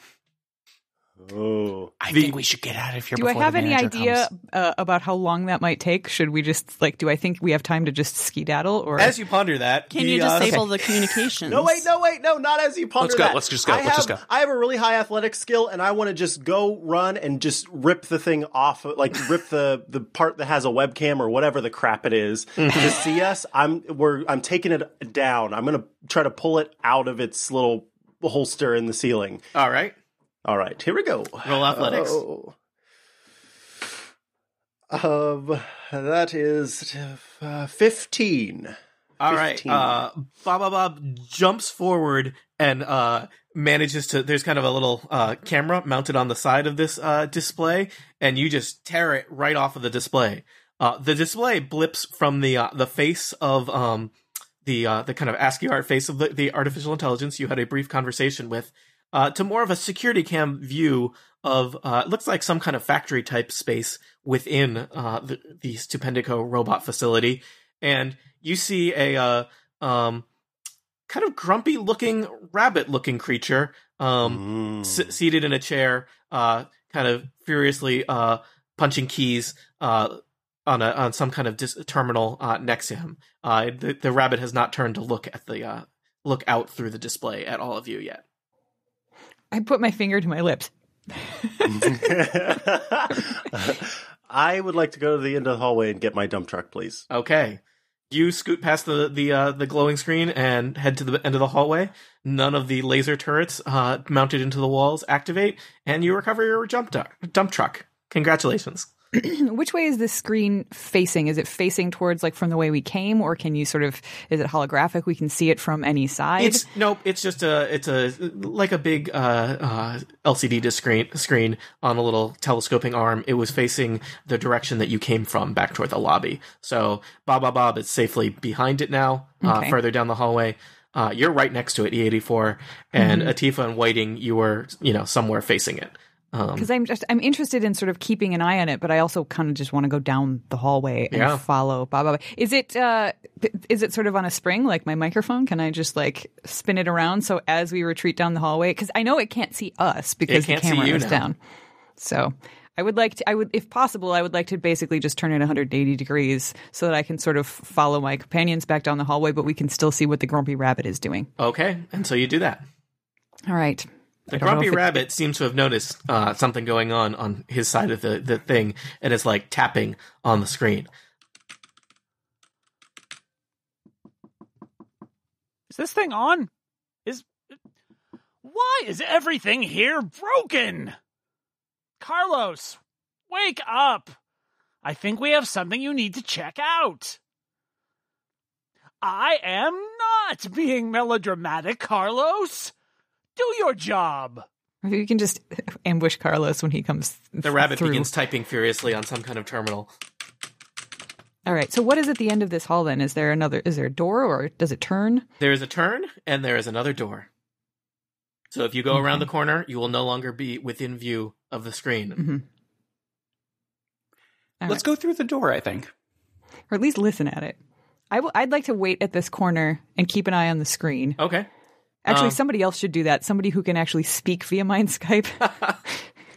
Speaker 4: Oh.
Speaker 5: I
Speaker 2: The-
Speaker 5: think we should get out of here.
Speaker 3: Do I
Speaker 5: before
Speaker 3: have
Speaker 5: the
Speaker 3: any
Speaker 5: manager
Speaker 3: idea
Speaker 5: comes.
Speaker 3: uh, about how long that might take? Should we just like? Do I think we have time to just skedaddle? Or
Speaker 2: As you ponder that,
Speaker 6: Can
Speaker 2: the,
Speaker 6: you
Speaker 2: uh,
Speaker 6: disable the communications?
Speaker 4: No, wait, no, wait, no, not as you ponder
Speaker 5: Let's go,
Speaker 4: that.
Speaker 5: let's just go,
Speaker 4: I
Speaker 5: let's
Speaker 4: have,
Speaker 5: just go.
Speaker 4: I have a really high athletic skill, and I want to just go run and just rip the thing off, like rip the the part that has a webcam or whatever the crap it is to see us. I'm we're I'm taking it down. I'm gonna try to pull it out of its little holster in the ceiling.
Speaker 2: All right,
Speaker 4: All right, here we go.
Speaker 2: roll athletics.
Speaker 4: Oh. Um, that is uh, fifteen.
Speaker 2: All right.
Speaker 4: 15.
Speaker 2: Uh, Bob Bob Bob jumps forward and uh, manages to. There's kind of a little uh, camera mounted on the side of this uh, display, and you just tear it right off of the display. Uh, the display blips from the uh, the face of um, the uh, the kind of ASCII art face of the, the artificial intelligence you had a brief conversation with uh, to more of a security cam view of uh, it looks like some kind of factory type space within uh, the, the Stupendico robot facility, and you see a uh, um, kind of grumpy looking rabbit looking creature um,
Speaker 4: Mm.
Speaker 2: s- seated in a chair, uh, kind of furiously uh, punching keys uh, on a on some kind of dis- terminal uh, next to him. Uh, the, the rabbit has not turned to look at the uh, look out through the display at all of you yet.
Speaker 3: I put my finger to my lips.
Speaker 4: I would like to go to the end of the hallway and get my dump truck, please.
Speaker 2: Okay. You scoot past the the uh, the glowing screen and head to the end of the hallway. None of the laser turrets uh, mounted into the walls activate, and you recover your jump duck, dump truck. Congratulations.
Speaker 3: Which way is this screen facing? Is it facing towards like from the way we came, or can you sort of? Is it holographic? We can see it from any side.
Speaker 2: It's nope. It's just a it's a like a big uh, uh, LCD disc screen screen on a little telescoping arm. It was facing the direction that you came from, back toward the lobby. So Bob Bob Bob is safely behind it now,
Speaker 3: Okay.
Speaker 2: uh, further down the hallway. Uh, you're right next to it, E84, and
Speaker 3: Mm-hmm.
Speaker 2: Atifa and Whiting. You were you know somewhere facing it. Um,
Speaker 3: because I'm just I'm interested in sort of keeping an eye on it, but I also kind of just want to go down the hallway and
Speaker 2: Yeah.
Speaker 3: follow Bob. Bob. Is it uh, th- is it sort of on a spring like my microphone? Can I just like spin it around so as we retreat down the hallway? Because I know it can't see us because the
Speaker 2: can't see
Speaker 3: camera
Speaker 2: you
Speaker 3: is
Speaker 2: now.
Speaker 3: down. So I would like to I would if possible I would like to basically just turn it 180 degrees so that I can sort of follow my companions back down the hallway, but we can still see what the grumpy rabbit is doing.
Speaker 2: okay, and so you do that.
Speaker 3: All right.
Speaker 2: The
Speaker 3: I don't know
Speaker 2: grumpy
Speaker 3: if it-
Speaker 2: rabbit seems to have noticed uh, something going on on his side of the, the thing and is like tapping on the screen.
Speaker 1: Is this thing on? Is why is everything here broken? Carlos, wake up! I think we have something you need to check out. I am not being melodramatic, Carlos. Do your job.
Speaker 3: Maybe we can just ambush Carlos when he comes.
Speaker 2: The rabbit
Speaker 3: through.
Speaker 2: begins typing furiously on some kind of terminal.
Speaker 3: All right. So what is at the end of this hall then? Is there another is there a door or does it turn?
Speaker 2: There is a turn and there is another door. So if you go around the corner, you will no longer be within view of the screen.
Speaker 3: All
Speaker 5: Let's
Speaker 3: right.
Speaker 5: go through the door. I think.
Speaker 3: Or at least listen at it. I w- I'd like to wait at this corner and keep an eye on the screen.
Speaker 2: Okay.
Speaker 3: Actually,
Speaker 2: um,
Speaker 3: somebody else should do that. Somebody who can actually speak via Mind Skype.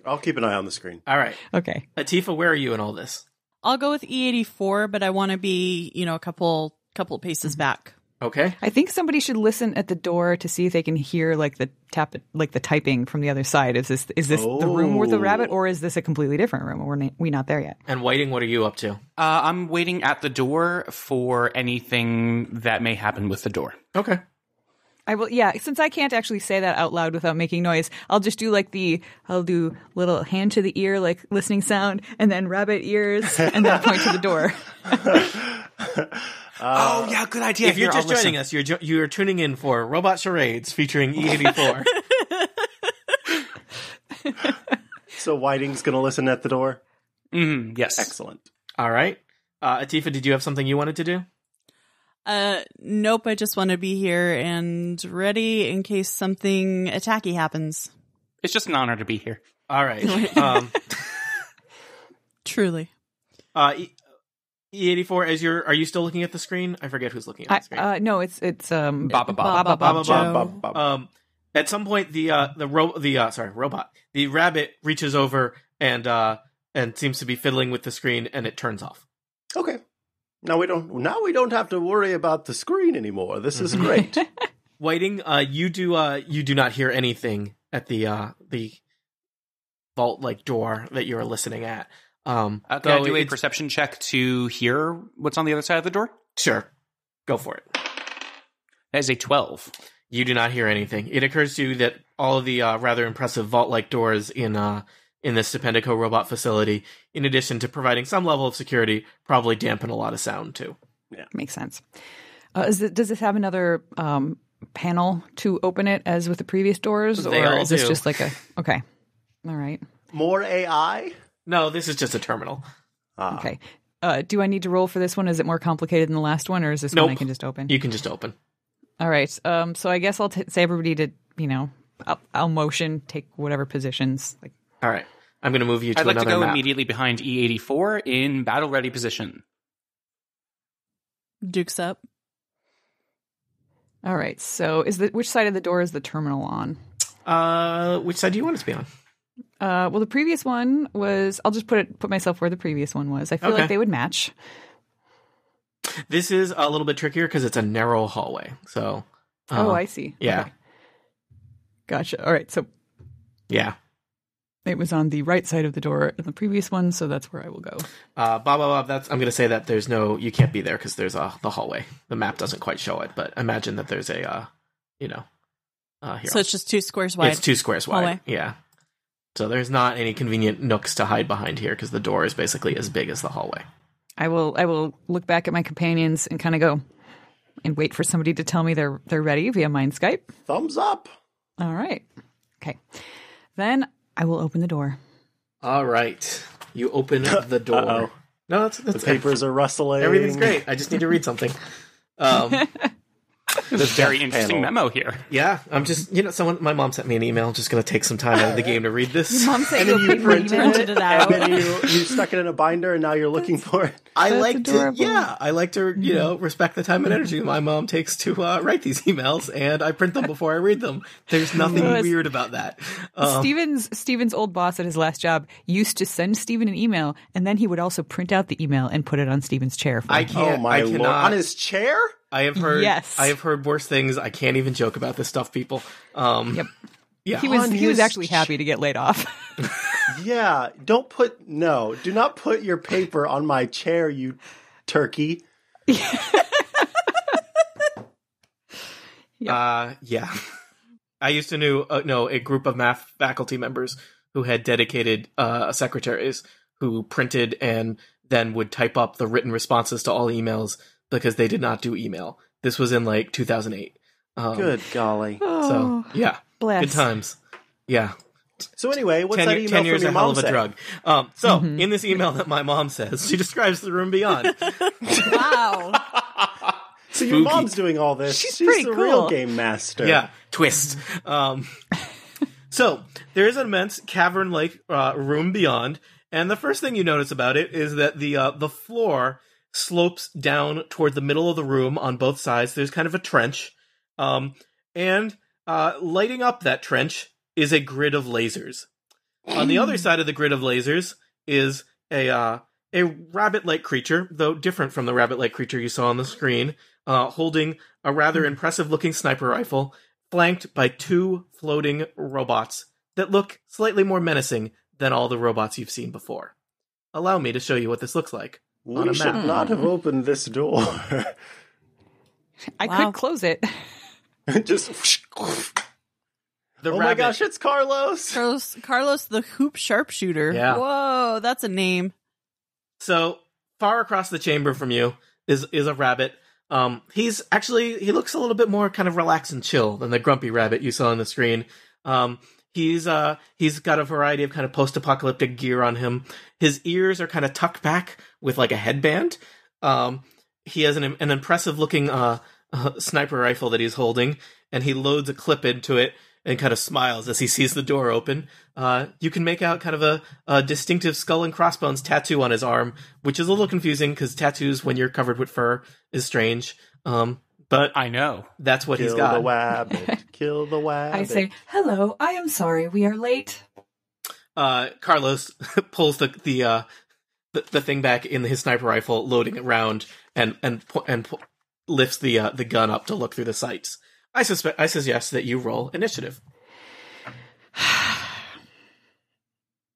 Speaker 4: I'll keep an eye on the screen.
Speaker 2: All right.
Speaker 3: okay.
Speaker 2: Atifa, where are you in all this?
Speaker 6: I'll go with E84, but I want to be, you know, a couple couple paces back.
Speaker 2: Okay.
Speaker 3: I think somebody should listen at the door to see if they can hear like the tap like the typing from the other side. Is this is this the room with the
Speaker 4: Oh.
Speaker 3: rabbit or is this a completely different room? We're na- we not there yet.
Speaker 2: And Whiting, what are you up to?
Speaker 5: Uh, I'm waiting at the door for anything that may happen with the door.
Speaker 2: Okay.
Speaker 3: I will, yeah. Since I can't actually say that out loud without making noise, I'll just do like the, I'll do little hand to the ear, like listening sound, and then rabbit ears, and then point to the door.
Speaker 4: Uh,
Speaker 5: oh yeah, good idea.
Speaker 2: if you're just joining us, you're jo- you're tuning in for Robot Charades featuring E E84.
Speaker 4: So Whiting's gonna listen at the door.
Speaker 5: mm, yes,
Speaker 4: Excellent.
Speaker 2: all right. Uh, Atifa, did you have something you wanted to do?
Speaker 6: Uh, nope. I just want to be here and ready in case something attacky happens.
Speaker 5: it's just an honor to be here.
Speaker 2: All right. Um,
Speaker 6: Truly.
Speaker 2: uh, E- E84, as you're, are you still looking at the screen? I forget who's looking at
Speaker 3: I,
Speaker 2: the screen.
Speaker 3: uh, no, it's it's um
Speaker 5: Baba Bob.
Speaker 3: Baba
Speaker 6: Baba
Speaker 3: Bob.
Speaker 6: Bob.
Speaker 4: Bob, Bob, Bob.
Speaker 2: Um, At some point, the uh, the ro- the uh, sorry robot the rabbit reaches over and uh, and seems to be fiddling with the screen, and it turns off.
Speaker 4: Okay. Now we don't. Now we don't have to worry about the screen anymore. This is
Speaker 2: Mhm.
Speaker 4: great.
Speaker 2: Whiting, uh, you do uh, you do not hear anything at the uh, the vault like door that you are listening at. Um,
Speaker 5: Uh, can I
Speaker 2: though
Speaker 5: do a
Speaker 2: it's-
Speaker 5: perception check to hear what's on the other side of the door?
Speaker 2: Sure, go for it.
Speaker 5: That is a 12.
Speaker 2: You do not hear anything. It occurs to you that all of the uh, rather impressive vault-like doors in uh, in the Stipendico robot facility, in addition to providing some level of security, probably dampen a lot of sound too.
Speaker 3: Makes sense. Uh, is it, does this have another um, panel to open it as with the previous doors,
Speaker 2: They
Speaker 3: or
Speaker 2: all
Speaker 3: is this
Speaker 2: do.
Speaker 3: just like a okay? All right,
Speaker 4: More AI.
Speaker 2: No, this is just a terminal.
Speaker 4: Ah,
Speaker 3: okay. Uh, do I need to roll for this one? Is it more complicated than the last one, or is this one I
Speaker 2: Nope.
Speaker 3: can just open?
Speaker 2: You can just open.
Speaker 3: All right. Um, so I guess I'll t- say everybody to you know, I'll, I'll motion, take whatever positions. Like,
Speaker 2: All right, I'm going to move you to
Speaker 5: I'd like to
Speaker 2: another
Speaker 5: go
Speaker 2: map.
Speaker 5: immediately behind E84 in battle ready position.
Speaker 6: Duke's up.
Speaker 3: all right. So is the which side of the door is the terminal on?
Speaker 2: Uh, which side do you want us to be on?
Speaker 3: Uh, well, the previous one was. I'll just put it put myself where the previous one was. I feel
Speaker 2: Okay.
Speaker 3: like they would match.
Speaker 2: This is a little bit trickier because it's a narrow hallway. So, uh,
Speaker 3: oh, I see.
Speaker 2: yeah,
Speaker 3: Okay. Gotcha. All right. So
Speaker 2: yeah.
Speaker 3: it was on the right side of the door in the previous one, so that's where I will go.
Speaker 2: Uh, Bob, Bob, Bob, that's. I'm going to say that there's no. You can't be there because there's a the hallway. The map doesn't quite show it, but imagine that there's a. Uh, you know, uh, here.
Speaker 6: So it's just two squares wide.
Speaker 2: It's two squares wide.
Speaker 6: Hallway.
Speaker 2: Yeah. So there's not any convenient nooks to hide behind here because the door is basically as big as the hallway.
Speaker 3: I will. I will look back at my companions and kind of go and wait for somebody to tell me they're they're ready via Mind Skype.
Speaker 4: Thumbs up.
Speaker 3: All right. Okay. Then I will open the door.
Speaker 2: All right. You open the door.
Speaker 4: Uh-oh.
Speaker 2: No, that's that's
Speaker 4: The papers are rustling.
Speaker 2: Everything's great. I just need to read something. Um,
Speaker 5: There's a very interesting
Speaker 4: panel.
Speaker 5: memo here.
Speaker 2: yeah, I'm just you know someone. My mom sent me an email. I'm just going to take some time out of the game to read this.
Speaker 3: Mom said
Speaker 4: And then you printed
Speaker 6: printed
Speaker 4: it,
Speaker 6: it out.
Speaker 4: and then you, you stuck it in a binder, and now you're looking for it.
Speaker 2: I
Speaker 3: That's
Speaker 2: like
Speaker 3: adorable.
Speaker 2: to, yeah, I like to, you know, respect the time and energy my mom takes to uh, write these emails, and I print them before I read them. There's nothing
Speaker 3: Yes.
Speaker 2: weird about that.
Speaker 4: uh, Oh
Speaker 2: Um,
Speaker 3: Steven's Steven's old boss at his last job used to send Steven an email, and then he would also print out the email and put it on Steven's chair. For
Speaker 2: I
Speaker 3: him.
Speaker 4: Oh
Speaker 2: can't.
Speaker 4: my
Speaker 2: I
Speaker 4: lord!
Speaker 2: cannot.
Speaker 4: On his chair.
Speaker 2: I have heard.
Speaker 3: Yes.
Speaker 2: I have heard worse things. I can't even joke about this stuff, people. Um,
Speaker 3: Yep.
Speaker 2: Yeah.
Speaker 3: he was
Speaker 4: on
Speaker 3: he was
Speaker 4: his
Speaker 3: actually happy to get laid off.
Speaker 4: Yeah. Don't put no. Do not put your paper on my chair, you turkey.
Speaker 2: Uh, yeah. I used to knew uh, know a group of math faculty members who had dedicated uh, secretaries who printed and then would type up the written responses to all emails because they did not do email. This was in like 2008. Um,
Speaker 4: Good golly.
Speaker 2: So yeah,
Speaker 3: Oh, bless.
Speaker 2: good times. Yeah,
Speaker 4: So anyway, what's
Speaker 2: ten,
Speaker 4: that
Speaker 2: year-
Speaker 4: email
Speaker 2: 10
Speaker 4: from
Speaker 2: years
Speaker 4: your
Speaker 2: a hell
Speaker 4: mom
Speaker 2: of a
Speaker 4: say?
Speaker 2: drug. Um, so in this email that my mom says, she describes the room beyond.
Speaker 6: wow.
Speaker 4: So your
Speaker 2: Spooky.
Speaker 4: mom's doing all this. She's,
Speaker 3: pretty
Speaker 4: the
Speaker 3: cool.
Speaker 4: real game master.
Speaker 2: Yeah, twist. Um, so there is an immense cavern-like uh, room beyond, and the first thing you notice about it is that the uh, the floor slopes down toward the middle of the room on both sides. There's kind of a trench, um, and uh, lighting up that trench is a grid of lasers. On the other side of the grid of lasers is a uh, a rabbit-like creature, though different from the rabbit-like creature you saw on the screen, uh, holding a rather
Speaker 4: Hmm.
Speaker 2: impressive-looking sniper rifle, flanked by two floating robots that look slightly more menacing than all the robots you've seen before. Allow me to show you what this looks like. on
Speaker 4: We
Speaker 2: a
Speaker 4: should
Speaker 2: map.
Speaker 4: not have opened this door.
Speaker 3: I
Speaker 6: Wow.
Speaker 3: could close it.
Speaker 4: Just.
Speaker 2: The
Speaker 4: oh my
Speaker 2: rabbit-
Speaker 4: gosh! It's Carlos.
Speaker 6: Carlos, Carlos the Hoop Sharpshooter.
Speaker 2: Yeah.
Speaker 6: Whoa, that's a name.
Speaker 2: So far across the chamber from you is is a rabbit. Um, he's actually he looks a little bit more kind of relaxed and chill than the grumpy rabbit you saw on the screen. Um, he's uh he's got a variety of kind of post apocalyptic gear on him. His ears are kind of tucked back with like a headband. Um, he has an an impressive looking uh, uh sniper rifle that he's holding, and he loads a clip into it and kind of smiles as he sees the door open. Uh, you can make out kind of a, a distinctive skull and crossbones tattoo on his arm, which is a little confusing because tattoos, when you're covered with fur, is strange. Um, But
Speaker 5: I know.
Speaker 2: that's what he's
Speaker 4: Kill
Speaker 2: got.
Speaker 4: the wabbit. Kill the wabbit.
Speaker 3: I say, hello, I am sorry, we are late.
Speaker 2: uh, Carlos pulls the the, uh, the the thing back in his sniper rifle, loading it round, and and pu- and pu- lifts the uh, the gun up to look through the sights. I suspect I suggest that you roll initiative.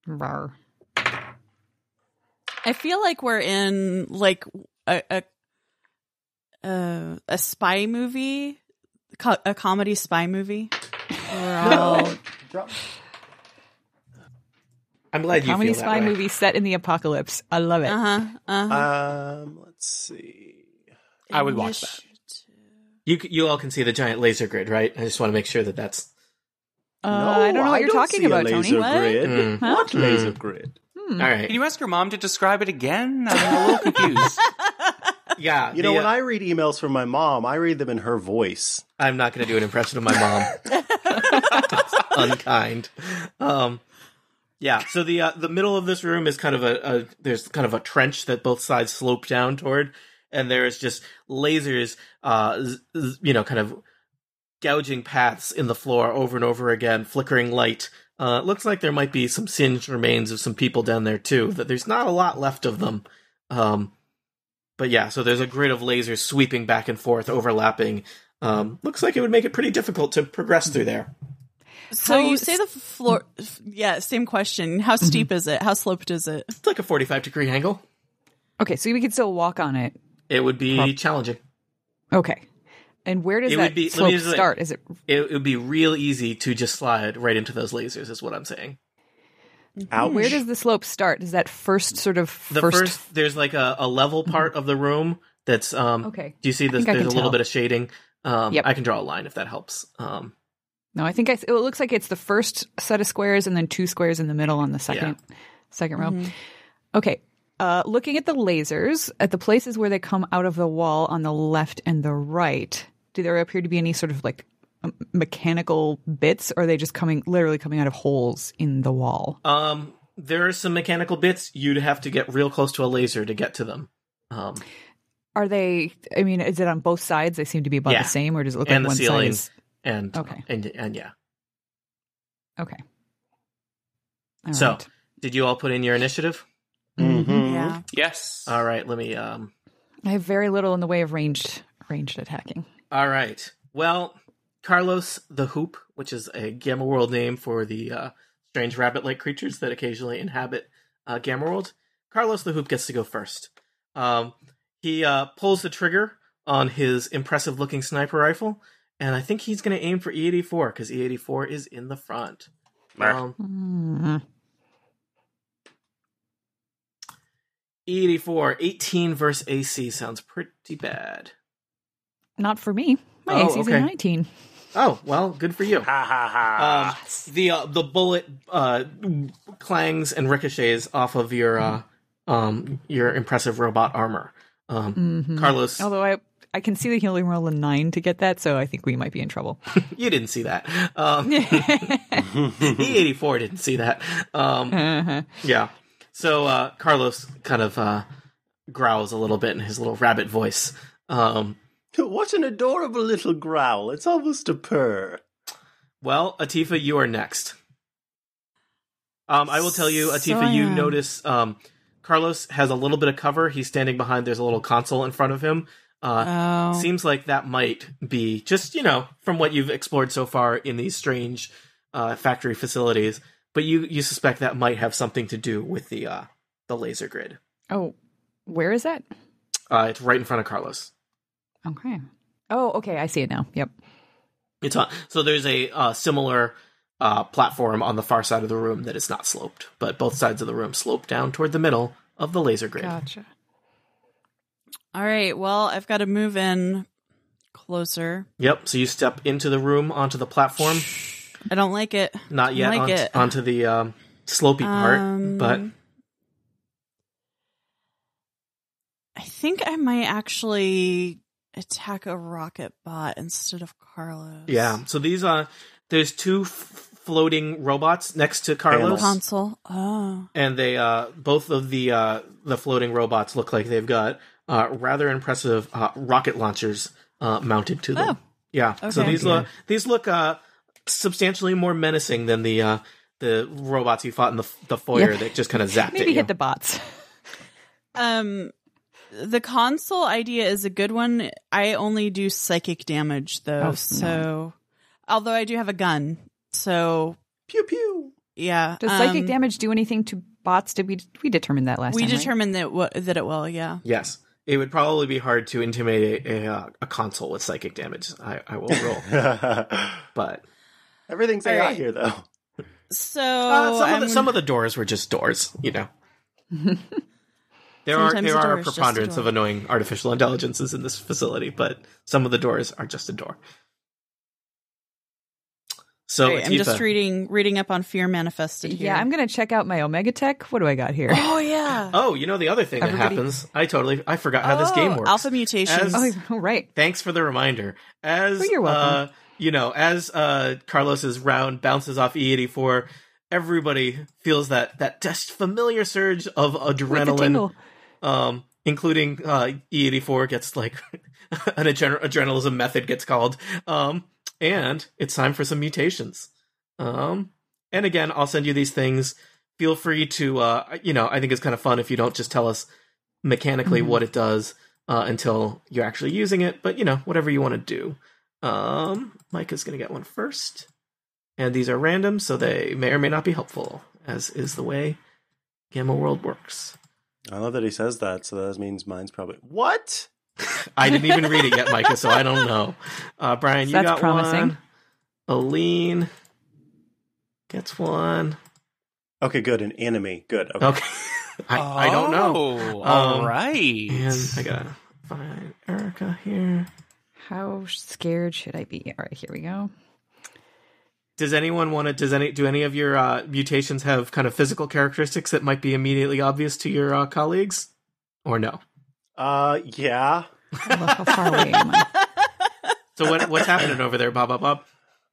Speaker 3: Rawr.
Speaker 6: I feel like we're in like a a uh, a spy movie, co- a comedy spy movie. We're all
Speaker 4: Drop-
Speaker 2: I'm glad you
Speaker 3: Comedy
Speaker 2: feel that
Speaker 3: spy
Speaker 2: way.
Speaker 3: movie set in the apocalypse. I love it.
Speaker 6: uh huh. Uh-huh.
Speaker 4: Um, let's see.
Speaker 5: I would watch that.
Speaker 2: You c- you all can see the giant laser grid, right? I just want to make sure that that's
Speaker 3: Uh,
Speaker 4: no,
Speaker 3: I don't know what you're
Speaker 4: see
Speaker 3: talking
Speaker 4: a
Speaker 3: about, Tony.
Speaker 4: laser
Speaker 3: What?
Speaker 4: Grid.
Speaker 2: Mm.
Speaker 4: What
Speaker 2: Huh?
Speaker 4: laser
Speaker 2: Mm.
Speaker 4: grid?
Speaker 3: Hmm.
Speaker 2: all
Speaker 5: Can
Speaker 2: right.
Speaker 5: you ask your mom to describe it again? I'm a little confused.
Speaker 2: Yeah, uh,
Speaker 4: You know, when I read emails from my mom, I read them in her voice.
Speaker 2: I I'm not going to do an impression of my mom. It's unkind. Um, yeah. So the uh, the middle of this room is kind of a, a there's kind of a trench that both sides slope down toward, and there is just lasers, uh, z- z- you know, kind of gouging paths in the floor over and over again, flickering light. Uh, it looks like there might be some singed remains of some people down there too. That there's not a lot left of them. Um, but yeah, so there's a grid of lasers sweeping back and forth, overlapping. Um, looks like it would make it pretty difficult to progress through there.
Speaker 6: So
Speaker 3: How
Speaker 6: you
Speaker 3: s- Mm-hmm.
Speaker 6: say the floor? f- Yeah, same question. How steep is it? How sloped is it?
Speaker 2: It's like a 45 degree angle.
Speaker 3: Okay, so we could still walk on it.
Speaker 2: It would be challenging.
Speaker 3: Okay. And where does
Speaker 2: It would
Speaker 3: that
Speaker 2: be- let me
Speaker 3: slope
Speaker 2: just, like- Hmm.
Speaker 3: start? Is it
Speaker 2: It, it would be real easy to just slide right into those lasers, is what I'm saying.
Speaker 4: Ouch.
Speaker 3: Mm-hmm. where does the slope start? Is that first sort of
Speaker 2: The first, there's like a, a level part of the room that's um.
Speaker 3: Okay.
Speaker 2: Do you see this?
Speaker 3: think I
Speaker 2: There's a
Speaker 3: can
Speaker 2: little
Speaker 3: tell.
Speaker 2: bit of shading. Um,
Speaker 3: Yep.
Speaker 2: I can draw a line if that helps. Um,
Speaker 3: No, I think I, it looks like it's the first set of squares and then two squares in the middle on the second second row. Okay. Uh, looking at the lasers, at the places where they come out of the wall on the left and the right, do there appear to be any sort of like m- mechanical bits, or are they just coming literally coming out of holes in the wall?
Speaker 2: um, there are some mechanical bits. You'd have to get real close to a laser to get to them. Um,
Speaker 3: Are they? I mean, is it on both sides? They seem to be about
Speaker 2: Yeah.
Speaker 3: the same, or does it look
Speaker 2: And
Speaker 3: like
Speaker 2: the
Speaker 3: one
Speaker 2: ceiling.
Speaker 3: side is
Speaker 2: and
Speaker 3: Okay.
Speaker 2: and and yeah.
Speaker 3: okay? All
Speaker 2: so, mm-hmm.
Speaker 3: right. Mm-hmm.
Speaker 2: did you all put in your initiative?
Speaker 4: Mhm.
Speaker 6: Yeah.
Speaker 5: Yes.
Speaker 2: All right. Let me um.
Speaker 3: I have very little in the way of ranged ranged attacking.
Speaker 2: All right. Well, Carlos the Hoop, which is a Gamma World name for the uh, strange rabbit-like creatures that occasionally inhabit uh, Gamma World, Carlos the Hoop gets to go first. Um, he uh, pulls the trigger on his impressive-looking sniper rifle, and I think he's going to aim for E E84 because E84 is in the front. Um,
Speaker 3: Hmm.
Speaker 2: E84, 18 E versus AC sounds pretty bad.
Speaker 3: Not for me. My
Speaker 2: Oh,
Speaker 3: AC's
Speaker 2: okay.
Speaker 3: a 19.
Speaker 2: Oh well, good for you.
Speaker 4: Ha ha
Speaker 2: Um,
Speaker 4: ha.
Speaker 2: the uh, the bullet uh, clangs and ricochets off of your uh, um, your impressive robot armor. Um, Carlos,
Speaker 3: Mm-hmm. Mm. Although I I can see that he only rolled a 9 to get that, so I think we might be in trouble.
Speaker 2: you didn't see that. Um, E84 didn't see that. Um,
Speaker 3: Uh-huh.
Speaker 2: yeah. So uh, Carlos kind of uh, growls a little bit in his little rabbit voice. Um,
Speaker 4: what an adorable little growl. It's almost a purr.
Speaker 2: Well, Atifa, you are next. Um, I will tell you,
Speaker 6: So
Speaker 2: Atifa,
Speaker 6: I
Speaker 2: you
Speaker 6: am.
Speaker 2: notice um, Carlos has a little bit of cover. He's standing behind. There's a little console in front of him. Uh,
Speaker 6: Oh.
Speaker 2: Seems like that might be just you know from what you've explored so far in these strange uh, factory facilities. But you you suspect that might have something to do with the uh, the laser grid.
Speaker 3: oh, where is that?
Speaker 2: Uh, it's right in front of Carlos.
Speaker 3: Okay. Oh, okay. I see it now. Yep.
Speaker 2: It's on. So there's a uh, similar uh, platform on the far side of the room that is not sloped, but both sides of the room slope down toward the middle of the laser grid.
Speaker 3: Gotcha.
Speaker 6: All right. Well, I've got to move in closer.
Speaker 2: Yep. So you step into the room onto the platform,
Speaker 6: I don't like it.
Speaker 2: not
Speaker 6: Don't
Speaker 2: yet
Speaker 6: like
Speaker 2: on-
Speaker 6: it.
Speaker 2: onto the um, slopey part,
Speaker 6: Um,
Speaker 2: but
Speaker 6: I think I might actually attack a rocket bot instead of Carlos.
Speaker 2: yeah. So these are there's two f- floating robots next to Carlos,
Speaker 6: Console.
Speaker 3: Ah.
Speaker 6: Oh.
Speaker 2: and they uh, both of the uh, the floating robots look like they've got uh, rather impressive uh, rocket launchers uh, mounted to them.
Speaker 6: Oh.
Speaker 2: yeah. So
Speaker 6: Okay.
Speaker 2: these look these look uh, substantially more menacing than the uh, the robots you fought in the the foyer that just kind of zapped at
Speaker 3: Maybe
Speaker 2: you.
Speaker 3: hit the bots.
Speaker 6: Um, the console idea is a good one. I only do psychic damage though,
Speaker 3: Oh,
Speaker 6: so although I do have a gun, so
Speaker 4: Pew pew.
Speaker 6: yeah.
Speaker 3: Does psychic
Speaker 6: um,
Speaker 3: damage do anything to bots? Did we we determine that last
Speaker 6: We
Speaker 3: time? right?
Speaker 6: determined that w- that it will. Yeah.
Speaker 2: yes. It would probably be hard to intimidate a, uh, a console with psychic damage. I, I will roll, but
Speaker 4: Everything's AI
Speaker 6: All right.
Speaker 4: here, though.
Speaker 6: So
Speaker 2: uh, some, of the,
Speaker 6: Oh, I'm-
Speaker 2: some of the doors were just doors, you know. There
Speaker 6: Sometimes
Speaker 2: are
Speaker 6: a
Speaker 2: there
Speaker 6: door
Speaker 2: are a
Speaker 6: is just a
Speaker 2: preponderance of
Speaker 6: door.
Speaker 2: annoying artificial intelligences in this facility, but some of the doors are just a door. So
Speaker 6: Sorry, I'm just
Speaker 2: Atifa,
Speaker 6: reading reading up on Fear Manifested here.
Speaker 3: Yeah, I'm gonna check out my Omega Tech. What do I got here?
Speaker 6: Oh yeah.
Speaker 2: Oh, you know the other thing that
Speaker 3: Everybody-
Speaker 2: happens. I totally I forgot how this
Speaker 6: Oh,
Speaker 2: game works.
Speaker 6: Alpha mutations.
Speaker 2: As-
Speaker 3: Oh, oh, right.
Speaker 2: Thanks for the reminder. As
Speaker 3: Oh, you're welcome.
Speaker 2: Uh, you know, as uh, Carlos's round bounces off E84, everybody feels that that just familiar surge of
Speaker 3: With the
Speaker 2: adrenaline.
Speaker 3: tingle.
Speaker 2: um, including uh, E84 gets like an adren- adrenalism method gets called, um, and it's time for some mutations. Um, and again, I'll send you these things. Feel free to, uh, you know, I think it's kind of fun if you don't just tell us mechanically
Speaker 3: Mhm.
Speaker 2: what it does uh, until you're actually using it. But you know, whatever you want to do. Um, Micah's gonna get one first, and these are random, so they may or may not be helpful, as is the way Gamma World works.
Speaker 4: I love that he says that. So that means mine's probably what?
Speaker 2: I didn't even read it yet, Micah, so I don't know. Uh, Brian, you
Speaker 3: That's
Speaker 2: got
Speaker 3: promising.
Speaker 2: one. Aline gets one.
Speaker 4: Okay, good. An enemy. Good. Okay.
Speaker 2: Okay. I, I don't know.
Speaker 5: Oh,
Speaker 2: Um,
Speaker 5: all right.
Speaker 2: And I gotta find Erica here.
Speaker 3: How scared should I be? All right, here we go.
Speaker 2: Does anyone want to? Does any do any of your uh, mutations have kind of physical characteristics that might be immediately obvious to your uh, colleagues, or no?
Speaker 4: Uh, yeah.
Speaker 3: I love how far away am I?
Speaker 2: So what what's happening over there, Bob? Bob? Bob?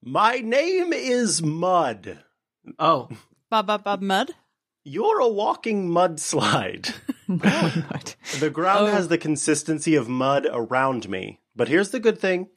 Speaker 4: My name is Mud.
Speaker 2: Oh,
Speaker 6: Bob Bob Bob Mud.
Speaker 4: You're a walking mudslide.
Speaker 3: What?
Speaker 4: The ground
Speaker 6: Oh.
Speaker 4: has the consistency of mud around me. But here's the good thing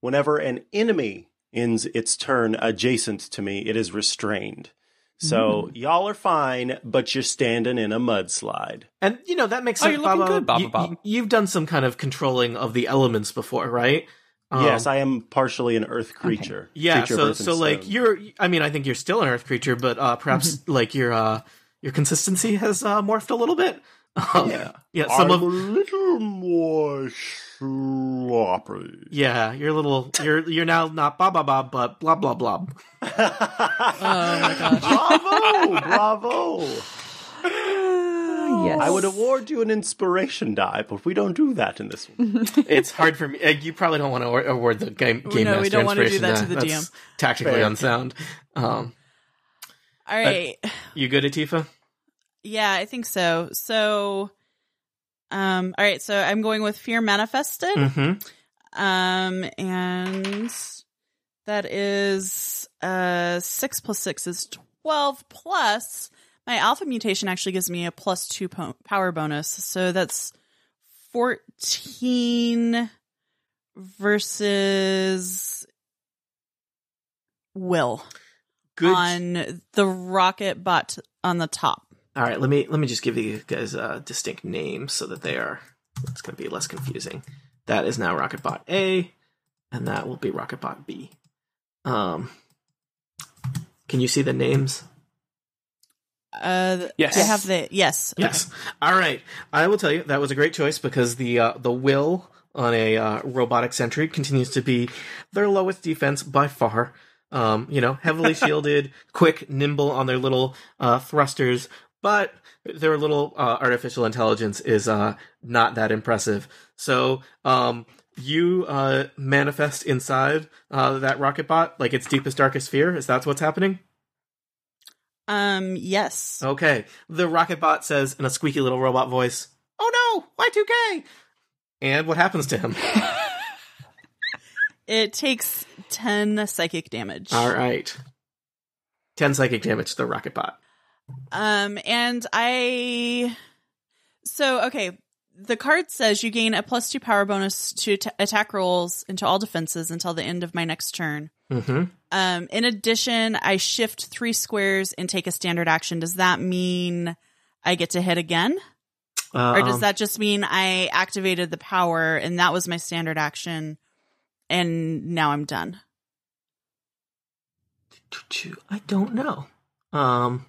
Speaker 4: whenever an enemy ends its turn adjacent to me, it is restrained. So y'all are fine, but you're standing in a mudslide.
Speaker 2: And you know that makes
Speaker 5: Oh,
Speaker 2: sense.
Speaker 5: you're looking
Speaker 2: Baba.
Speaker 5: good, Baba
Speaker 2: You,
Speaker 5: Bob.
Speaker 2: have done some kind of controlling of the elements before, right?
Speaker 4: yes,
Speaker 2: Um,
Speaker 4: I am partially an earth creature.
Speaker 2: yeah.
Speaker 4: Creature of
Speaker 2: So,
Speaker 4: earth and
Speaker 2: so like
Speaker 4: stone.
Speaker 2: you're. I mean, I think you're still an Earth creature, but uh, perhaps
Speaker 6: Mm-hmm.
Speaker 2: like your uh, your consistency has uh, morphed a little bit. Um,
Speaker 4: Yeah.
Speaker 2: Yeah. Some
Speaker 4: I'm a
Speaker 2: of.
Speaker 4: little more sloppy.
Speaker 2: Yeah, you're a little. You're you're now not Bob Bob Bob, but blah blah blah.
Speaker 4: bravo, bravo.
Speaker 3: yes.
Speaker 4: I would award you an inspiration die, but we don't do that in this one.
Speaker 2: It's hard for me. uh, You probably don't want to award the game game
Speaker 6: no, we
Speaker 2: master
Speaker 6: don't wanna do
Speaker 2: inspiration
Speaker 6: that to
Speaker 2: die.
Speaker 6: the
Speaker 2: That's Tactically
Speaker 4: Fair.
Speaker 2: unsound. Um,
Speaker 6: All right.
Speaker 2: you good, Atifa?
Speaker 6: yeah, I think so. So, um, all right. So I'm going with Fear Manifested.
Speaker 2: Mm-hmm.
Speaker 6: Um, and that is uh six plus six is twelve plus my alpha mutation actually gives me a plus two po- power bonus, so that's fourteen versus will
Speaker 2: Good.
Speaker 6: on the rocket bot on the top.
Speaker 2: All right, let me let me just give you guys uh, distinct names so that they are. It's going to be less confusing. That is now Rocketbot A, and that will be Rocketbot B. Um, can you see the names?
Speaker 6: Uh, th-
Speaker 5: Yes.
Speaker 6: I have the yes.
Speaker 2: Yes. All right. I will tell you that was a great choice because the uh, the will on a uh, robotic sentry continues to be their lowest defense by far. Um, you know, heavily shielded, quick, nimble on their little uh, thrusters, but their little uh, artificial intelligence is uh, not that impressive. So um, you uh, manifest inside uh, that rocket bot like its deepest, darkest fear. Is that what's happening?
Speaker 6: Um. Yes.
Speaker 2: Okay. The rocket bot says in a squeaky little robot voice, Oh no, Y2K! And what happens to him?
Speaker 6: It takes ten psychic damage.
Speaker 2: All right. 10 psychic damage to the rocket bot.
Speaker 6: Um, and I, so okay, the card says you gain a plus two power bonus to t- attack rolls into all defenses until the end of my next turn.
Speaker 2: Mm-hmm.
Speaker 6: Um, in addition, I shift three squares and take a standard action. Does that mean I get to hit again?
Speaker 2: Uh,
Speaker 6: Or does that just mean I activated the power and that was my standard action and now I'm done?
Speaker 2: I don't know. Um,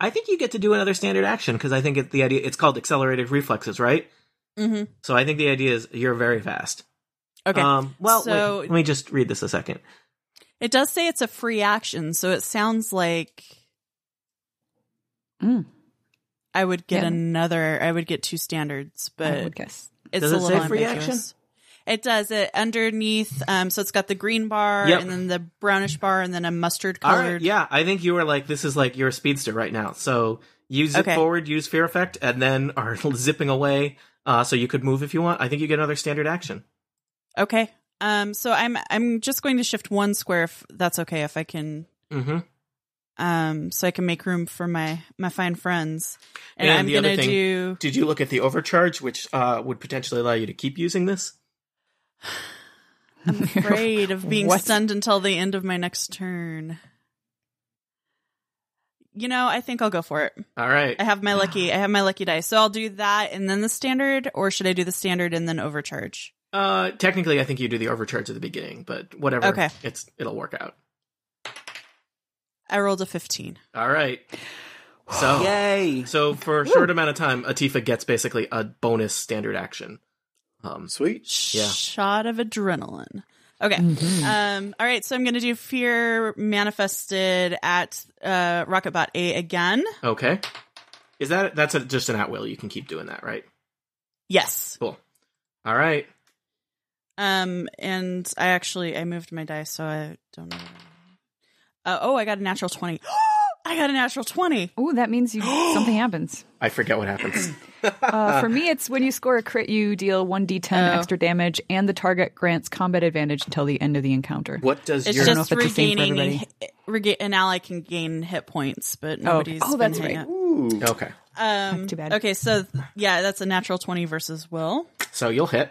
Speaker 2: I think you get to do another standard action because I think it, the idea it's called accelerated reflexes, right?
Speaker 6: Mm-hmm.
Speaker 2: So I think the idea is you're very fast.
Speaker 6: Okay.
Speaker 2: Um, well,
Speaker 6: So-
Speaker 2: wait, let me just read this a second.
Speaker 6: it does say it's a free action, so it sounds like
Speaker 3: Mm,
Speaker 6: I would get
Speaker 3: Yeah.
Speaker 6: another, I would get two standards, but
Speaker 3: I would guess.
Speaker 6: it's
Speaker 2: Does
Speaker 6: a
Speaker 2: it
Speaker 6: little
Speaker 2: say free
Speaker 6: ambiguous.
Speaker 2: action?
Speaker 6: It does it underneath. Um, so it's got the green bar
Speaker 2: Yep.
Speaker 6: and then the brownish bar and then a mustard
Speaker 2: All
Speaker 6: colored.
Speaker 2: right, yeah, I think you were like this is like you're a speedster right now. So you zip
Speaker 6: Okay.
Speaker 2: forward, use fear effect, and then are zipping away. Uh, so you could move if you want. I think you get another standard action.
Speaker 6: Okay. Um, so I'm I'm just going to shift one square if that's okay if I can.
Speaker 2: Mm-hmm.
Speaker 6: Um, so I can make room for my my fine friends, and,
Speaker 2: And
Speaker 6: I'm
Speaker 2: the other
Speaker 6: gonna
Speaker 2: thing-
Speaker 6: do.
Speaker 2: Did you look at the overcharge, which uh, would potentially allow you to keep using this?
Speaker 6: I'm afraid of being
Speaker 3: What?
Speaker 6: stunned until the end of my next turn. You know, I think I'll go for it.
Speaker 2: All right.
Speaker 6: I have my lucky. I have my lucky dice, so I'll do that and then the standard, or should I do the standard and then overcharge?
Speaker 2: Uh, technically, I think you do the overcharge at the beginning, but whatever.
Speaker 6: Okay.
Speaker 2: It's it'll work out.
Speaker 6: I rolled a fifteen.
Speaker 2: All right. So
Speaker 5: Yay!
Speaker 2: so for a short amount of time, Atifa gets basically a bonus standard action. Um,
Speaker 4: Sweet.
Speaker 2: Yeah.
Speaker 6: shot of adrenaline. Okay.
Speaker 3: Mhm.
Speaker 6: Um, all right. So I'm going to do fear manifested at uh, Rocketbot A again.
Speaker 2: okay. Is that that's a, just an at will? You can keep doing that, right?
Speaker 6: Yes.
Speaker 2: Cool. All right.
Speaker 6: Um, and I actually I moved my dice, so I don't know. Uh, oh, I got a natural twenty. I got a natural twenty.
Speaker 3: Ooh, that means you something happens.
Speaker 2: I forget what happens.
Speaker 3: Uh, for me, it's when you score a crit, you deal 1d10
Speaker 6: Oh.
Speaker 3: extra damage, and the target grants combat advantage until the end of the encounter.
Speaker 2: what does
Speaker 6: It's
Speaker 2: your
Speaker 3: don't know
Speaker 6: just
Speaker 3: if it's the same for
Speaker 6: regaining. Rega- an ally can gain hit points, but nobody's.
Speaker 3: Oh,
Speaker 6: been
Speaker 3: that's
Speaker 6: hitting
Speaker 3: right.
Speaker 6: it.
Speaker 4: Ooh.
Speaker 2: okay?
Speaker 6: Um,
Speaker 3: Too bad.
Speaker 6: Okay, so th- yeah, that's a natural twenty versus Will.
Speaker 2: So you'll hit.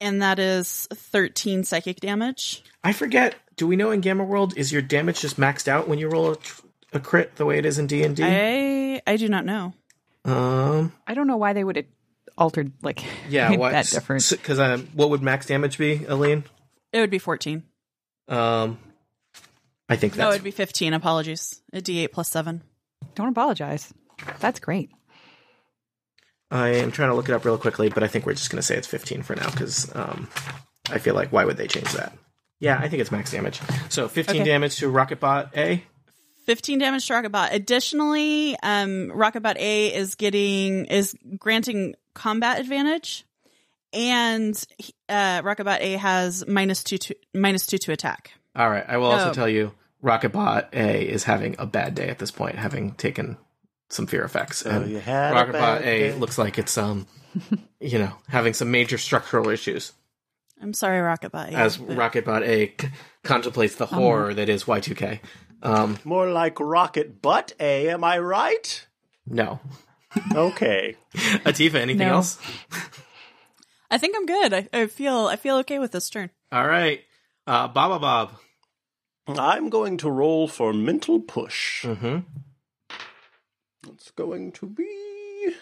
Speaker 6: and that is 13 psychic damage.
Speaker 2: I forget. Do we know in Gamma World is your damage just maxed out when you roll a, tr- a crit the way it is in D and D?
Speaker 6: I I do not know.
Speaker 2: Um.
Speaker 3: I don't know why they would have altered, like,
Speaker 2: Yeah.
Speaker 3: made
Speaker 2: What?
Speaker 3: that different.
Speaker 2: Because um, what would max damage be, Aline?
Speaker 6: It would be 14.
Speaker 2: Um, I think
Speaker 6: No, it
Speaker 2: that's
Speaker 6: would be 15. Apologies. A d8 plus 7.
Speaker 3: Don't apologize. That's great.
Speaker 2: I am trying to look it up real quickly, but I think we're just going to say it's 15 for now because um, I feel like why would they change that? Yeah, I think it's max damage. So 15
Speaker 6: Okay.
Speaker 2: damage to Rocketbot A.
Speaker 6: 15 damage to Rocketbot. Additionally, um, Rocketbot A is getting is granting combat advantage, and he- uh, Rocketbot A has minus two to minus two to attack.
Speaker 2: All right, I will also
Speaker 6: Oh.
Speaker 2: tell you Rocketbot A is having a bad day at this point, having taken some fear effects.
Speaker 4: So you had a
Speaker 2: Rocketbot
Speaker 4: bad
Speaker 2: A
Speaker 4: day.
Speaker 2: looks like it's um, you know, having some major structural issues.
Speaker 6: I'm sorry, Rocketbot A.
Speaker 2: as
Speaker 6: but- Uh-huh.
Speaker 2: Rocketbot A c- contemplates the horror that is Y2K. Um,
Speaker 4: More like rocket butt A, am I right?
Speaker 2: no.
Speaker 4: Okay.
Speaker 2: Atifa, anything
Speaker 3: No.
Speaker 2: else?
Speaker 6: I think I'm good. I, I feel I feel okay with this turn.
Speaker 2: All right. Uh, Baba Bob.
Speaker 4: I'm going to roll for mental push.
Speaker 2: Mm-hmm.
Speaker 4: It's going to be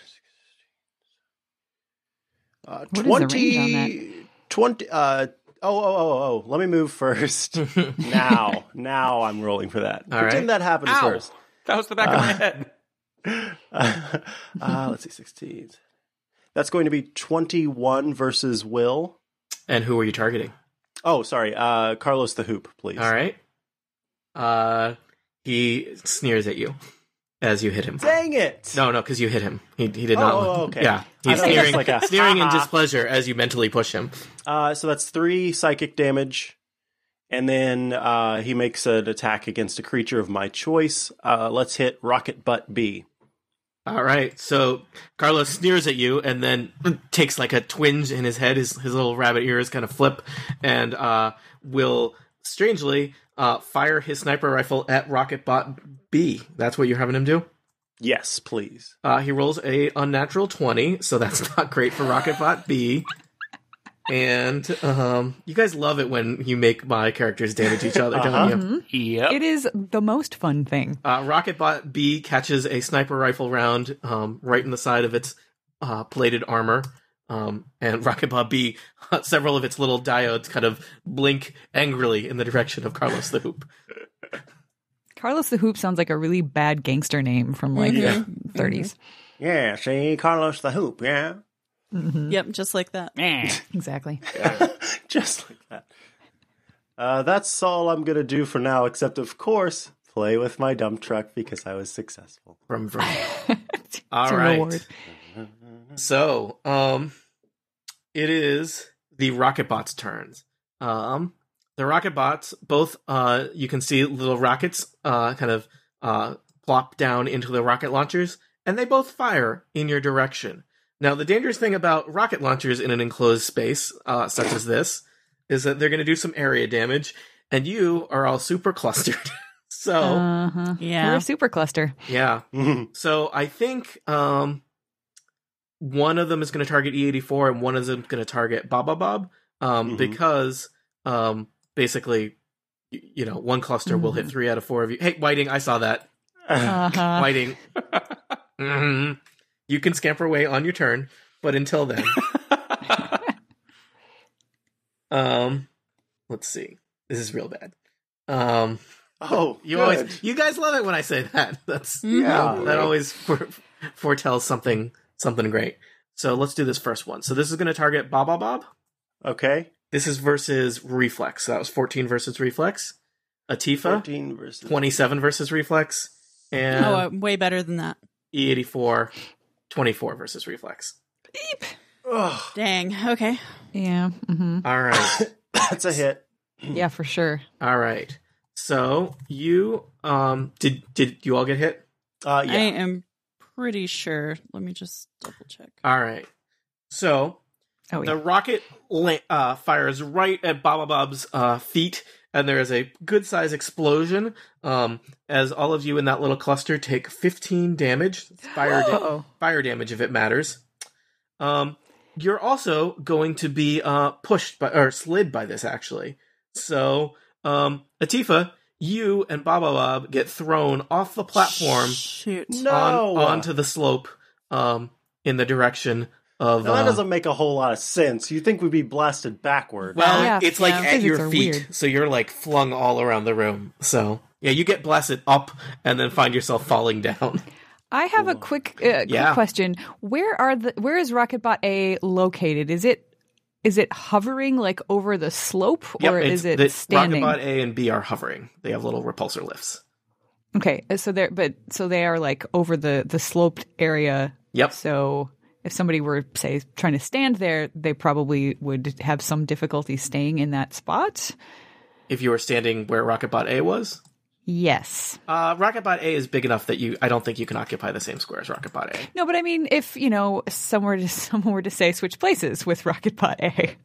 Speaker 4: uh,
Speaker 3: What is the
Speaker 4: 20,
Speaker 3: range on
Speaker 4: 20 uh, oh, oh, oh, oh. Let me move first. now. Now I'm rolling for that.
Speaker 2: All right.
Speaker 4: Pretend that happens
Speaker 5: Ow.
Speaker 4: first.
Speaker 5: That was the back of my head.
Speaker 4: uh, let's see, 16. That's going to be 21 versus Will.
Speaker 2: And who are you targeting?
Speaker 4: Oh, sorry. Uh, Carlos the Hoop, please.
Speaker 2: All right. Uh, he sneers at you as you hit him.
Speaker 4: Dang it.
Speaker 2: No, no, because you hit him. He, he did
Speaker 4: Oh,
Speaker 2: not.
Speaker 4: oh, okay.
Speaker 2: Yeah,
Speaker 4: I
Speaker 2: he's
Speaker 4: thought it was
Speaker 2: sneering,
Speaker 4: like a-
Speaker 2: sneering in displeasure as you mentally push him.
Speaker 4: Uh, so that's three psychic damage. And then uh, he makes an attack against a creature of my choice. Uh, let's hit Rocket Butt B.
Speaker 2: All right, so Carlos sneers at you and then takes like a twinge in his head. His his little rabbit ears kind of flip, and uh, will strangely uh, fire his sniper rifle at Rocketbot B. That's what you're having him do.
Speaker 4: Yes, please.
Speaker 2: Uh, he rolls a unnatural twenty, so that's not great for Rocketbot B. And um, you guys love it when you make my characters damage each other,
Speaker 4: Uh-huh.
Speaker 2: don't you?
Speaker 5: Yep.
Speaker 3: It is the most fun thing.
Speaker 2: Uh, Rocketbot B catches a sniper rifle round um, right in the side of its uh, plated armor. Um, and Rocketbot B, several of its little diodes kind of blink angrily in the direction of Carlos the Hoop.
Speaker 3: Carlos the Hoop sounds like a really bad gangster name from like
Speaker 2: Yeah.
Speaker 3: the 30s.
Speaker 4: Yeah, see, Carlos the Hoop, yeah.
Speaker 6: Yep, just like that.
Speaker 5: Eh.
Speaker 3: Exactly.
Speaker 4: Just like that. Uh, that's all I'm going to do for now, except, of course, play with my dump truck because I was successful.
Speaker 2: Vroom, vroom.
Speaker 3: it's
Speaker 2: All
Speaker 3: a
Speaker 2: right.
Speaker 3: reward.
Speaker 2: So, um, it is the Rocketbots' turns. Um, the Rocketbots, both, uh, you can see little rockets, uh, kind of, uh, plop down into the rocket launchers, and they both fire in your direction. Now, the dangerous thing about rocket launchers in an enclosed space, uh, such as this, is that they're going to do some area damage, and you are all super clustered. so,
Speaker 3: Uh-huh. We're
Speaker 6: Yeah.
Speaker 3: a super cluster.
Speaker 2: yeah. So I think um, one of them is going to target E84 and one of them is going to target Baba Bob um,
Speaker 4: Mhm.
Speaker 2: because um, basically, y- you know, one cluster will hit three out of four of you. Hey, Whiting, I saw that.
Speaker 3: Uh-huh.
Speaker 2: Whiting. Mhm. You can scamper away on your turn, but until then. um, let's see. This is real bad. Um,
Speaker 4: oh,
Speaker 2: you
Speaker 4: good.
Speaker 2: always, you guys love it when I say that. That's
Speaker 6: Mm-hmm.
Speaker 4: Yeah.
Speaker 2: that always fore- foretells something something great. So let's do this first one. So this is going to target Bob Bob Bob.
Speaker 4: Okay.
Speaker 2: This is versus Reflex. So that was 14 versus Reflex. Atifa
Speaker 4: 14 versus
Speaker 2: 27 versus Reflex and
Speaker 6: Oh, uh, way better than that.
Speaker 2: E84 24 versus Reflex.
Speaker 4: Ugh,
Speaker 6: Dang. Okay.
Speaker 3: Yeah. hmm
Speaker 2: All right.
Speaker 4: that's a hit.
Speaker 3: Yeah, for sure.
Speaker 2: all right. So you um did did you all get hit?
Speaker 4: Uh,
Speaker 6: I
Speaker 4: yeah.
Speaker 6: am pretty sure. Let me just double check.
Speaker 2: All right. So
Speaker 3: Oh,
Speaker 2: The
Speaker 3: yeah.
Speaker 2: rocket la- uh, fires right at Baba Bob's uh, feet, and there is a good size explosion um, as all of you in that little cluster take 15 damage. Fire, da-
Speaker 3: Oh.
Speaker 2: fire damage, if it matters. Um, you're also going to be uh, pushed by or slid by this, actually. So, um, Atifa, you and Baba Bob get thrown off the platform
Speaker 6: Shoot.
Speaker 4: No.
Speaker 2: on, onto the slope um, in the direction of.
Speaker 4: Now, that
Speaker 2: uh,
Speaker 4: doesn't make a whole lot of sense. You'd think we'd be blasted backward.
Speaker 2: Well,
Speaker 3: Yeah,
Speaker 2: it's like
Speaker 6: yeah.
Speaker 2: at
Speaker 3: Physics
Speaker 2: your
Speaker 3: are
Speaker 2: feet,
Speaker 3: weird.
Speaker 2: so you're like flung all around the room. So yeah, you get blasted up and then find yourself falling down.
Speaker 3: I have a quick, uh, quick
Speaker 2: Yeah.
Speaker 3: question. Where are the where is Rocketbot A located? Is it is it hovering like over the slope or
Speaker 2: it's-
Speaker 3: is it
Speaker 2: the
Speaker 3: standing?
Speaker 2: Rocketbot A and B are hovering. They have little repulsor lifts.
Speaker 3: Okay, uh, so they're but so they are like over the the sloped area.
Speaker 2: Yep.
Speaker 3: So if somebody were say trying to stand there, they probably would have some difficulty staying in that spot.
Speaker 2: If you were standing where Rocketbot A was,
Speaker 3: Yes.
Speaker 2: uh, Rocketbot A is big enough that you I don't think you can occupy the same square as Rocketbot A.
Speaker 3: No, but I mean, if you know, somewhere to someone were to say switch places with Rocketbot A.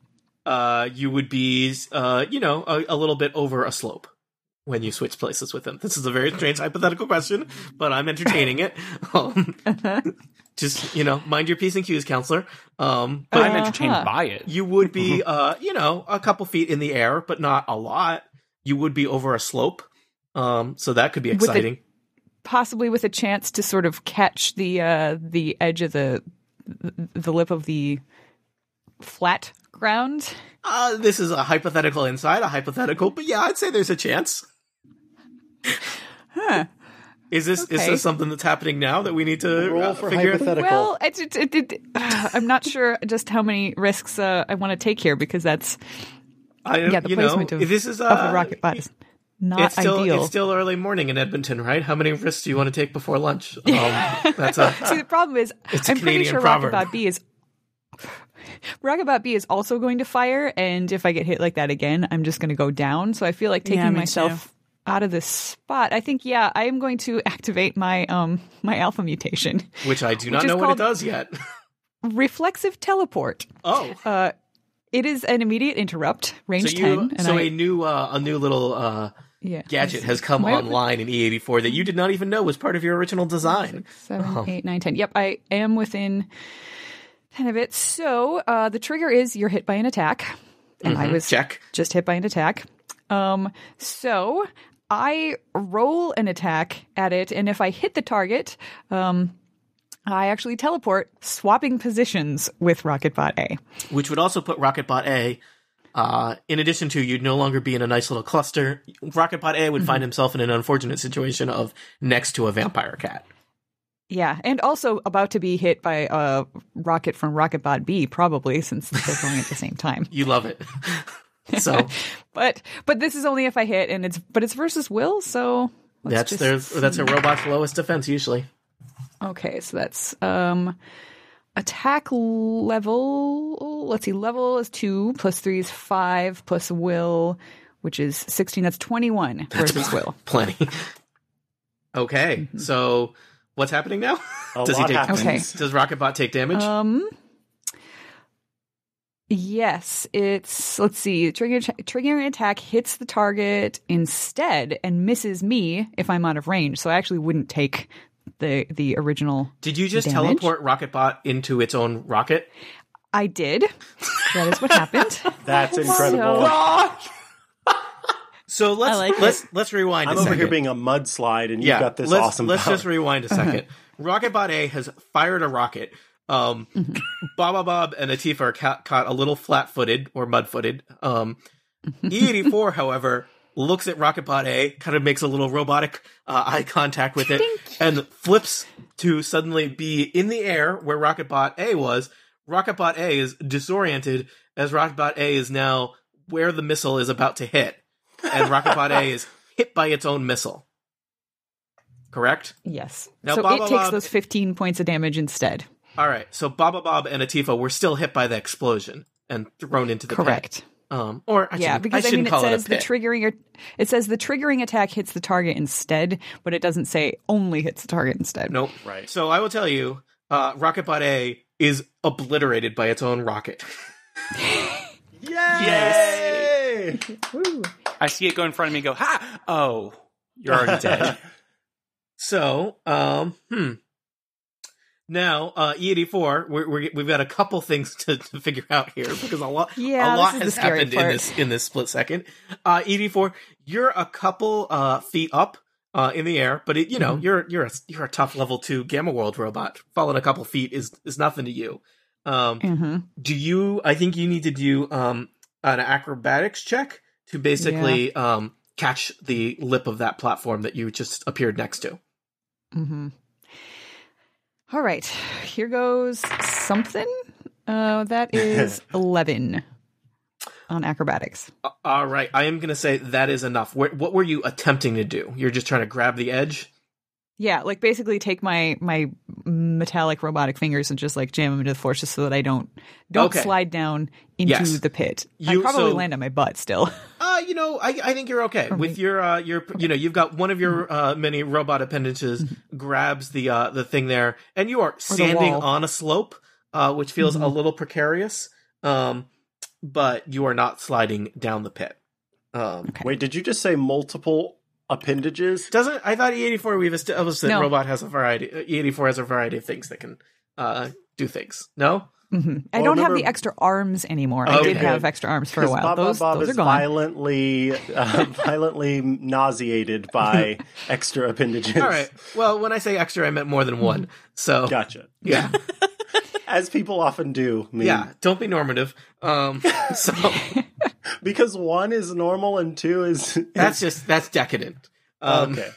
Speaker 2: Uh, you would be uh, you know a, a little bit over a slope when you switch places with them. This is a very strange hypothetical question, but I'm entertaining it. Um, just you know, mind your p's and q's, counselor. Um,
Speaker 5: But I'm entertained
Speaker 3: Uh-huh.
Speaker 5: by it.
Speaker 2: you would be uh you know a couple feet in the air but not a lot you would be over a slope um so that could be
Speaker 3: the-
Speaker 2: exciting
Speaker 3: possibly with a chance to sort of catch the uh, the edge of the the lip of the flat ground.
Speaker 2: uh this is a hypothetical inside a hypothetical but yeah i'd say there's a chance is this is
Speaker 3: Okay.
Speaker 2: this something that's happening now that we need to
Speaker 4: Roll
Speaker 2: uh,
Speaker 4: for
Speaker 2: figure
Speaker 4: hypothetical.
Speaker 3: Well, it's, it, it, it, I'm not sure just how many risks uh, I want to take here because that's
Speaker 2: I,
Speaker 3: yeah the
Speaker 2: you
Speaker 3: placement
Speaker 2: know,
Speaker 3: of,
Speaker 2: this is uh,
Speaker 3: of the rocket bot is not
Speaker 2: it's still
Speaker 3: ideal.
Speaker 2: it's still early morning in edmonton right how many risks do you want to take before lunch um that's a
Speaker 3: See, the problem is
Speaker 2: a
Speaker 3: I'm pretty
Speaker 2: Canadian
Speaker 3: sure
Speaker 2: proverb.
Speaker 3: Rocketbot B is Rocketbot B is also going to fire, and if I get hit like that again, I'm just going to go down. So I feel like taking
Speaker 6: me
Speaker 3: myself out of this spot. I think, yeah, I am going to activate my um my alpha mutation,
Speaker 2: which i do not
Speaker 3: is
Speaker 2: know what it
Speaker 3: called-
Speaker 2: does yet
Speaker 3: reflexive teleport.
Speaker 2: oh
Speaker 3: Uh, it is an immediate interrupt, range
Speaker 2: so you,
Speaker 3: ten, and
Speaker 2: so
Speaker 3: I
Speaker 2: a new uh, a new little uh,
Speaker 3: Yeah.
Speaker 2: gadget has come
Speaker 3: Why-
Speaker 2: online in E84 that you did not even know was part of your original design.
Speaker 3: Six, seven,
Speaker 2: Oh.
Speaker 3: eight, nine, ten. Yep, I am within ten of it. So uh, the trigger is you're hit by an attack, and I was
Speaker 2: Mm-hmm. Check.
Speaker 3: just hit by an attack. Um, so I roll an attack at it, and if I hit the target, um, I actually teleport, swapping positions with Rocketbot A.
Speaker 2: which would also put Rocketbot A. Uh, in addition to you'd no longer be in a nice little cluster, Rocketbot A would
Speaker 3: Mm-hmm.
Speaker 2: find himself in an unfortunate situation of next to a vampire cat.
Speaker 3: Yeah, and also about to be hit by a rocket from Rocketbot B, probably since they're going at the same time.
Speaker 2: You love it. so
Speaker 3: But but this is only if I hit, and it's but it's versus will, so let's
Speaker 2: that's
Speaker 3: just
Speaker 2: their that's a robot's lowest defense usually.
Speaker 3: Okay, so that's um attack level. Let's see, level is two plus three is five plus will, which is sixteen. That's twenty-one versus will.
Speaker 2: Plenty. Okay, so what's happening now?
Speaker 4: A
Speaker 2: does
Speaker 4: lot
Speaker 2: he take
Speaker 4: happens.
Speaker 3: Mm-hmm. Okay.
Speaker 2: does Rocketbot take damage?
Speaker 3: Um. Yes, it's let's see. Trigger triggering attack hits the target instead and misses me if I'm out of range. So I actually wouldn't take the the original.
Speaker 2: Did you just
Speaker 3: damage?
Speaker 2: teleport Rocketbot into its own rocket?
Speaker 3: I did. That is what happened.
Speaker 4: That's incredible.
Speaker 3: So-
Speaker 2: So let's
Speaker 6: I like
Speaker 2: let's let's rewind.
Speaker 4: I'm
Speaker 2: a
Speaker 4: over
Speaker 2: second.
Speaker 4: here being a mudslide, and
Speaker 2: yeah,
Speaker 4: you've got this
Speaker 2: let's,
Speaker 4: awesome.
Speaker 2: Let's
Speaker 4: power.
Speaker 2: just rewind a second. Rocketbot A has fired a rocket. Um, Baba Bob and Atifa are ca- caught a little flat-footed or mud-footed. Um, E84, however, looks at Rocketbot A, kind of makes a little robotic uh, eye contact with it, and flips to suddenly be in the air where Rocketbot A was. Rocketbot A is disoriented as Rocketbot A is now where the missile is about to hit, and Rocketbot A is hit by its own missile. Correct.
Speaker 3: Yes.
Speaker 2: Now,
Speaker 3: so
Speaker 2: Baba
Speaker 3: it takes
Speaker 2: Bob-
Speaker 3: those fifteen points of damage instead.
Speaker 2: All right. So Baba Bob and Atifa were still hit by the explosion and thrown into the pit.
Speaker 3: Correct.
Speaker 2: Um, or I
Speaker 3: yeah,
Speaker 2: shouldn't,
Speaker 3: because
Speaker 2: I
Speaker 3: I,
Speaker 2: shouldn't
Speaker 3: mean, it
Speaker 2: call
Speaker 3: says
Speaker 2: it a
Speaker 3: the
Speaker 2: pit.
Speaker 3: triggering. It says the triggering attack hits the target instead, but it doesn't say only hits the target instead.
Speaker 2: nope.
Speaker 4: Right.
Speaker 2: So I will tell you, uh, Rocketbot A is obliterated by its own rocket.
Speaker 4: Yay! Yes.
Speaker 5: I see it go in front of me and go, ha! Oh, you're already dead.
Speaker 2: So, um, hmm. Now, uh, E84, we're, we're, we've got a couple things to, to figure out here because a lot,
Speaker 3: Yeah,
Speaker 2: a lot
Speaker 3: this is
Speaker 2: has
Speaker 3: the scary
Speaker 2: happened in
Speaker 3: part.
Speaker 2: this in this split second. Uh, E84, you're a couple uh, feet up uh, in the air, but it, you
Speaker 3: Mm-hmm.
Speaker 2: know you're you're a you're a tough level two Gamma World robot. Falling a couple feet is is nothing to you. Um,
Speaker 3: hmm
Speaker 2: do you? I think you need to do um, an acrobatics check to basically um, catch the lip of that platform that you just appeared next to.
Speaker 3: hmm All right, here goes something. Uh, that is eleven on acrobatics.
Speaker 2: All right, I am going to say that is enough. Wh- what were you attempting to do? You're just trying to grab the edge.
Speaker 3: Yeah, like basically take my my metallic robotic fingers and just like jam them into the floor, just so that I don't don't
Speaker 2: Okay.
Speaker 3: slide down into
Speaker 2: Yes.
Speaker 3: the pit.
Speaker 2: You-
Speaker 3: I probably
Speaker 2: so-
Speaker 3: land on my butt still.
Speaker 2: Uh, you know, I, I think you're okay with your uh, your you know you've got one of your uh, many robot appendages grabs the uh, the thing there, and you are standing
Speaker 3: Mm-hmm. wall. Mm-hmm.
Speaker 2: on a slope, uh, which feels a little precarious. Um, but you are not sliding down the pit. Um,
Speaker 4: Wait, did you just say multiple appendages?
Speaker 2: doesn't I thought E eighty four we've established that
Speaker 3: No.
Speaker 2: robot has a variety. E eighty four has a variety of things that can uh, do things. No,
Speaker 3: hmm I
Speaker 4: Well,
Speaker 3: don't have
Speaker 4: remember-
Speaker 3: the extra arms anymore. I
Speaker 2: Okay.
Speaker 3: did have extra arms for a
Speaker 4: Because
Speaker 3: while.
Speaker 4: Bob
Speaker 3: those
Speaker 4: Bob
Speaker 3: those
Speaker 4: is
Speaker 3: are gone.
Speaker 4: violently, uh, violently nauseated by extra appendages.
Speaker 2: all right. Well, when I say extra, I meant more than
Speaker 3: Mm-hmm.
Speaker 2: one. So
Speaker 4: Gotcha.
Speaker 2: yeah.
Speaker 4: As people often do. I mean,
Speaker 2: Yeah, don't be normative. Um, so
Speaker 4: Because one is normal and two is.
Speaker 2: that's just that's decadent. Um,
Speaker 4: okay.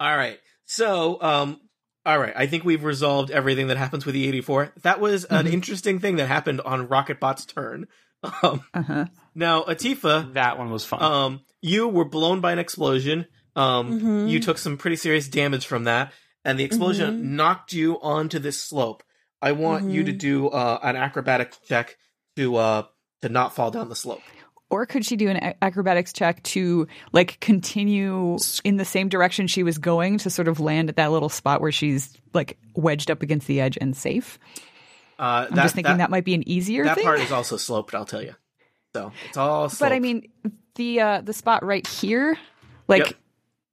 Speaker 2: All right. So, um, all right. I think we've resolved everything that happens with E84. That was an
Speaker 3: Mm-hmm.
Speaker 2: interesting thing that happened on Rocketbot's turn. Um,
Speaker 3: Uh-huh.
Speaker 2: now, Atifa,
Speaker 5: that one was fun.
Speaker 2: um, you were blown by an explosion. Um,
Speaker 3: Mm-hmm.
Speaker 6: Mhm.
Speaker 2: You took some pretty serious damage from that, and the explosion
Speaker 3: Mm-hmm.
Speaker 6: Mhm.
Speaker 2: knocked you onto this slope. I want you
Speaker 6: Mhm.
Speaker 2: to do uh, an acrobatic check to uh, to not fall down the slope.
Speaker 3: Or could she do an ac- acrobatics check to like continue in the same direction she was going to sort of land at that little spot where she's like wedged up against the edge and safe?
Speaker 2: Uh,
Speaker 3: I'm just thinking that, might be an easier
Speaker 2: that
Speaker 3: thing.
Speaker 2: part is also sloped. I'll tell you. though. It's all.
Speaker 3: But I
Speaker 2: sloped.
Speaker 3: mean, the uh, the spot right here, like
Speaker 2: Yep.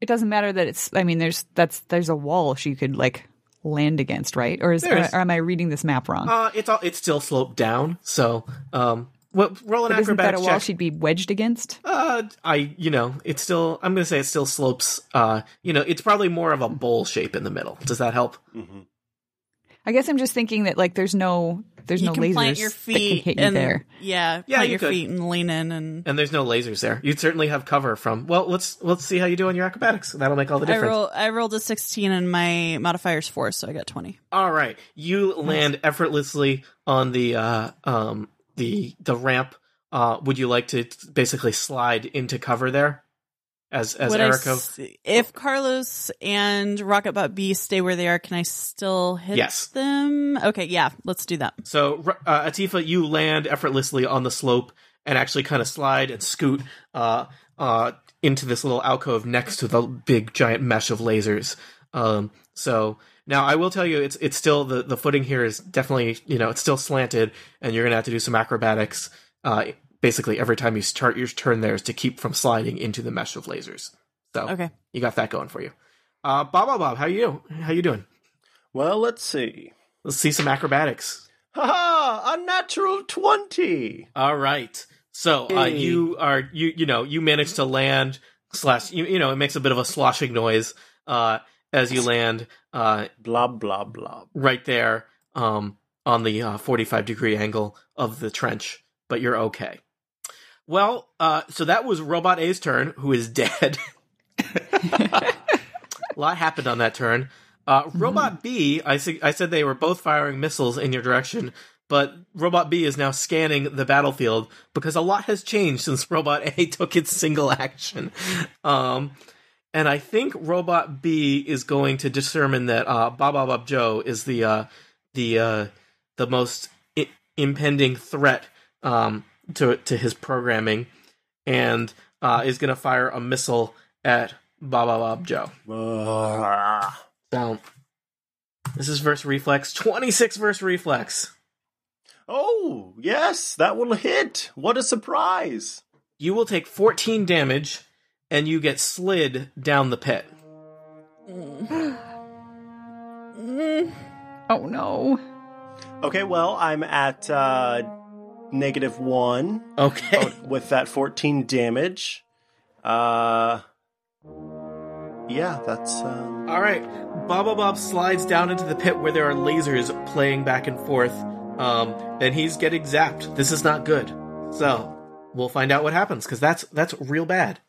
Speaker 3: it doesn't matter that it's. I mean, there's that's there's a wall she could like land against, right? Or is
Speaker 2: There's-
Speaker 3: or, am I reading this map wrong?
Speaker 2: uh, it's all. It's still sloped down. So, um, well, roll an
Speaker 3: but isn't that a
Speaker 2: acrobatics
Speaker 3: wall
Speaker 2: check.
Speaker 3: she'd be wedged against?
Speaker 2: Uh, I, you know, it's still. I'm gonna say it still slopes. Uh, you know, it's probably more of a bowl shape in the middle. Does that help?
Speaker 3: I guess I'm just thinking that like there's no there's
Speaker 6: you
Speaker 3: no
Speaker 6: can
Speaker 3: lasers
Speaker 6: plant your
Speaker 3: that can
Speaker 6: feet
Speaker 3: hit
Speaker 6: and
Speaker 3: you there.
Speaker 6: yeah,
Speaker 2: Yeah,
Speaker 6: plant
Speaker 2: you
Speaker 6: your
Speaker 2: could.
Speaker 6: feet and lean in and
Speaker 2: And there's no lasers there. You'd certainly have cover from. Well, let's let's see how you do on your acrobatics. That'll make all the
Speaker 6: I
Speaker 2: difference.
Speaker 6: roll I rolled a 16 and my modifier's 4 so I got 20.
Speaker 2: All right, you land effortlessly on the uh, um, the the ramp. Uh, would you like to basically slide into cover there, as as
Speaker 6: Would I
Speaker 2: Erico?
Speaker 6: s- if Carlos and Rocketbot B stay where they are, can I still hit
Speaker 2: Yes.
Speaker 6: them? Okay, yeah, let's do that.
Speaker 2: So r- uh, Atifa, you land effortlessly on the slope and actually kind of slide and scoot uh, uh, into this little alcove next to the big giant mesh of lasers. Um, so now I will tell you, it's it's still the the footing here is definitely you know it's still slanted, and you're gonna have to do some acrobatics. Uh, basically, every time you start your turn, there is to keep from sliding into the mesh of lasers. So
Speaker 6: Okay.
Speaker 2: you got that going for you. Uh, Bob, Bob, Bob, how you how you doing?
Speaker 4: Well, let's see.
Speaker 2: Let's see some acrobatics.
Speaker 4: Ha ha! A natural 20!
Speaker 2: All right. So uh,
Speaker 6: Hey.
Speaker 2: you are you you know you manage to land slash you you know it makes a bit of a sloshing noise uh, as you land uh,
Speaker 4: Blah, blah, blah.
Speaker 2: right there um, on the uh, forty five degree angle of the trench, but you're okay. Well, uh, so that was Robot A's turn, who is dead. a lot happened on that turn. Uh, Robot B, I, sig- I said they were both firing missiles in your direction, but Robot B is now scanning the battlefield because a lot has changed since Robot A took its single action. Um, and I think Robot B is going to determine that uh, Bob Bob Bob Joe is the uh, the uh, the most I- impending threat um, to to his programming, and uh, is going to fire a missile at Bob Bob Bob Joe.
Speaker 4: Ah.
Speaker 2: So this is verse reflex. Twenty six verse reflex.
Speaker 4: Oh, yes, that will hit. What a surprise.
Speaker 2: You will take fourteen damage, and you get slid down the pit.
Speaker 6: Mm,
Speaker 3: Oh no!
Speaker 4: Okay, well, I'm at uh, negative one
Speaker 2: Okay.
Speaker 4: with that 14 damage. Uh, yeah, that's. Um,
Speaker 2: All right, Baba Bob slides down into the pit where there are lasers playing back and forth, um, and he's getting zapped. This is not good. So we'll find out what happens because that's that's real bad.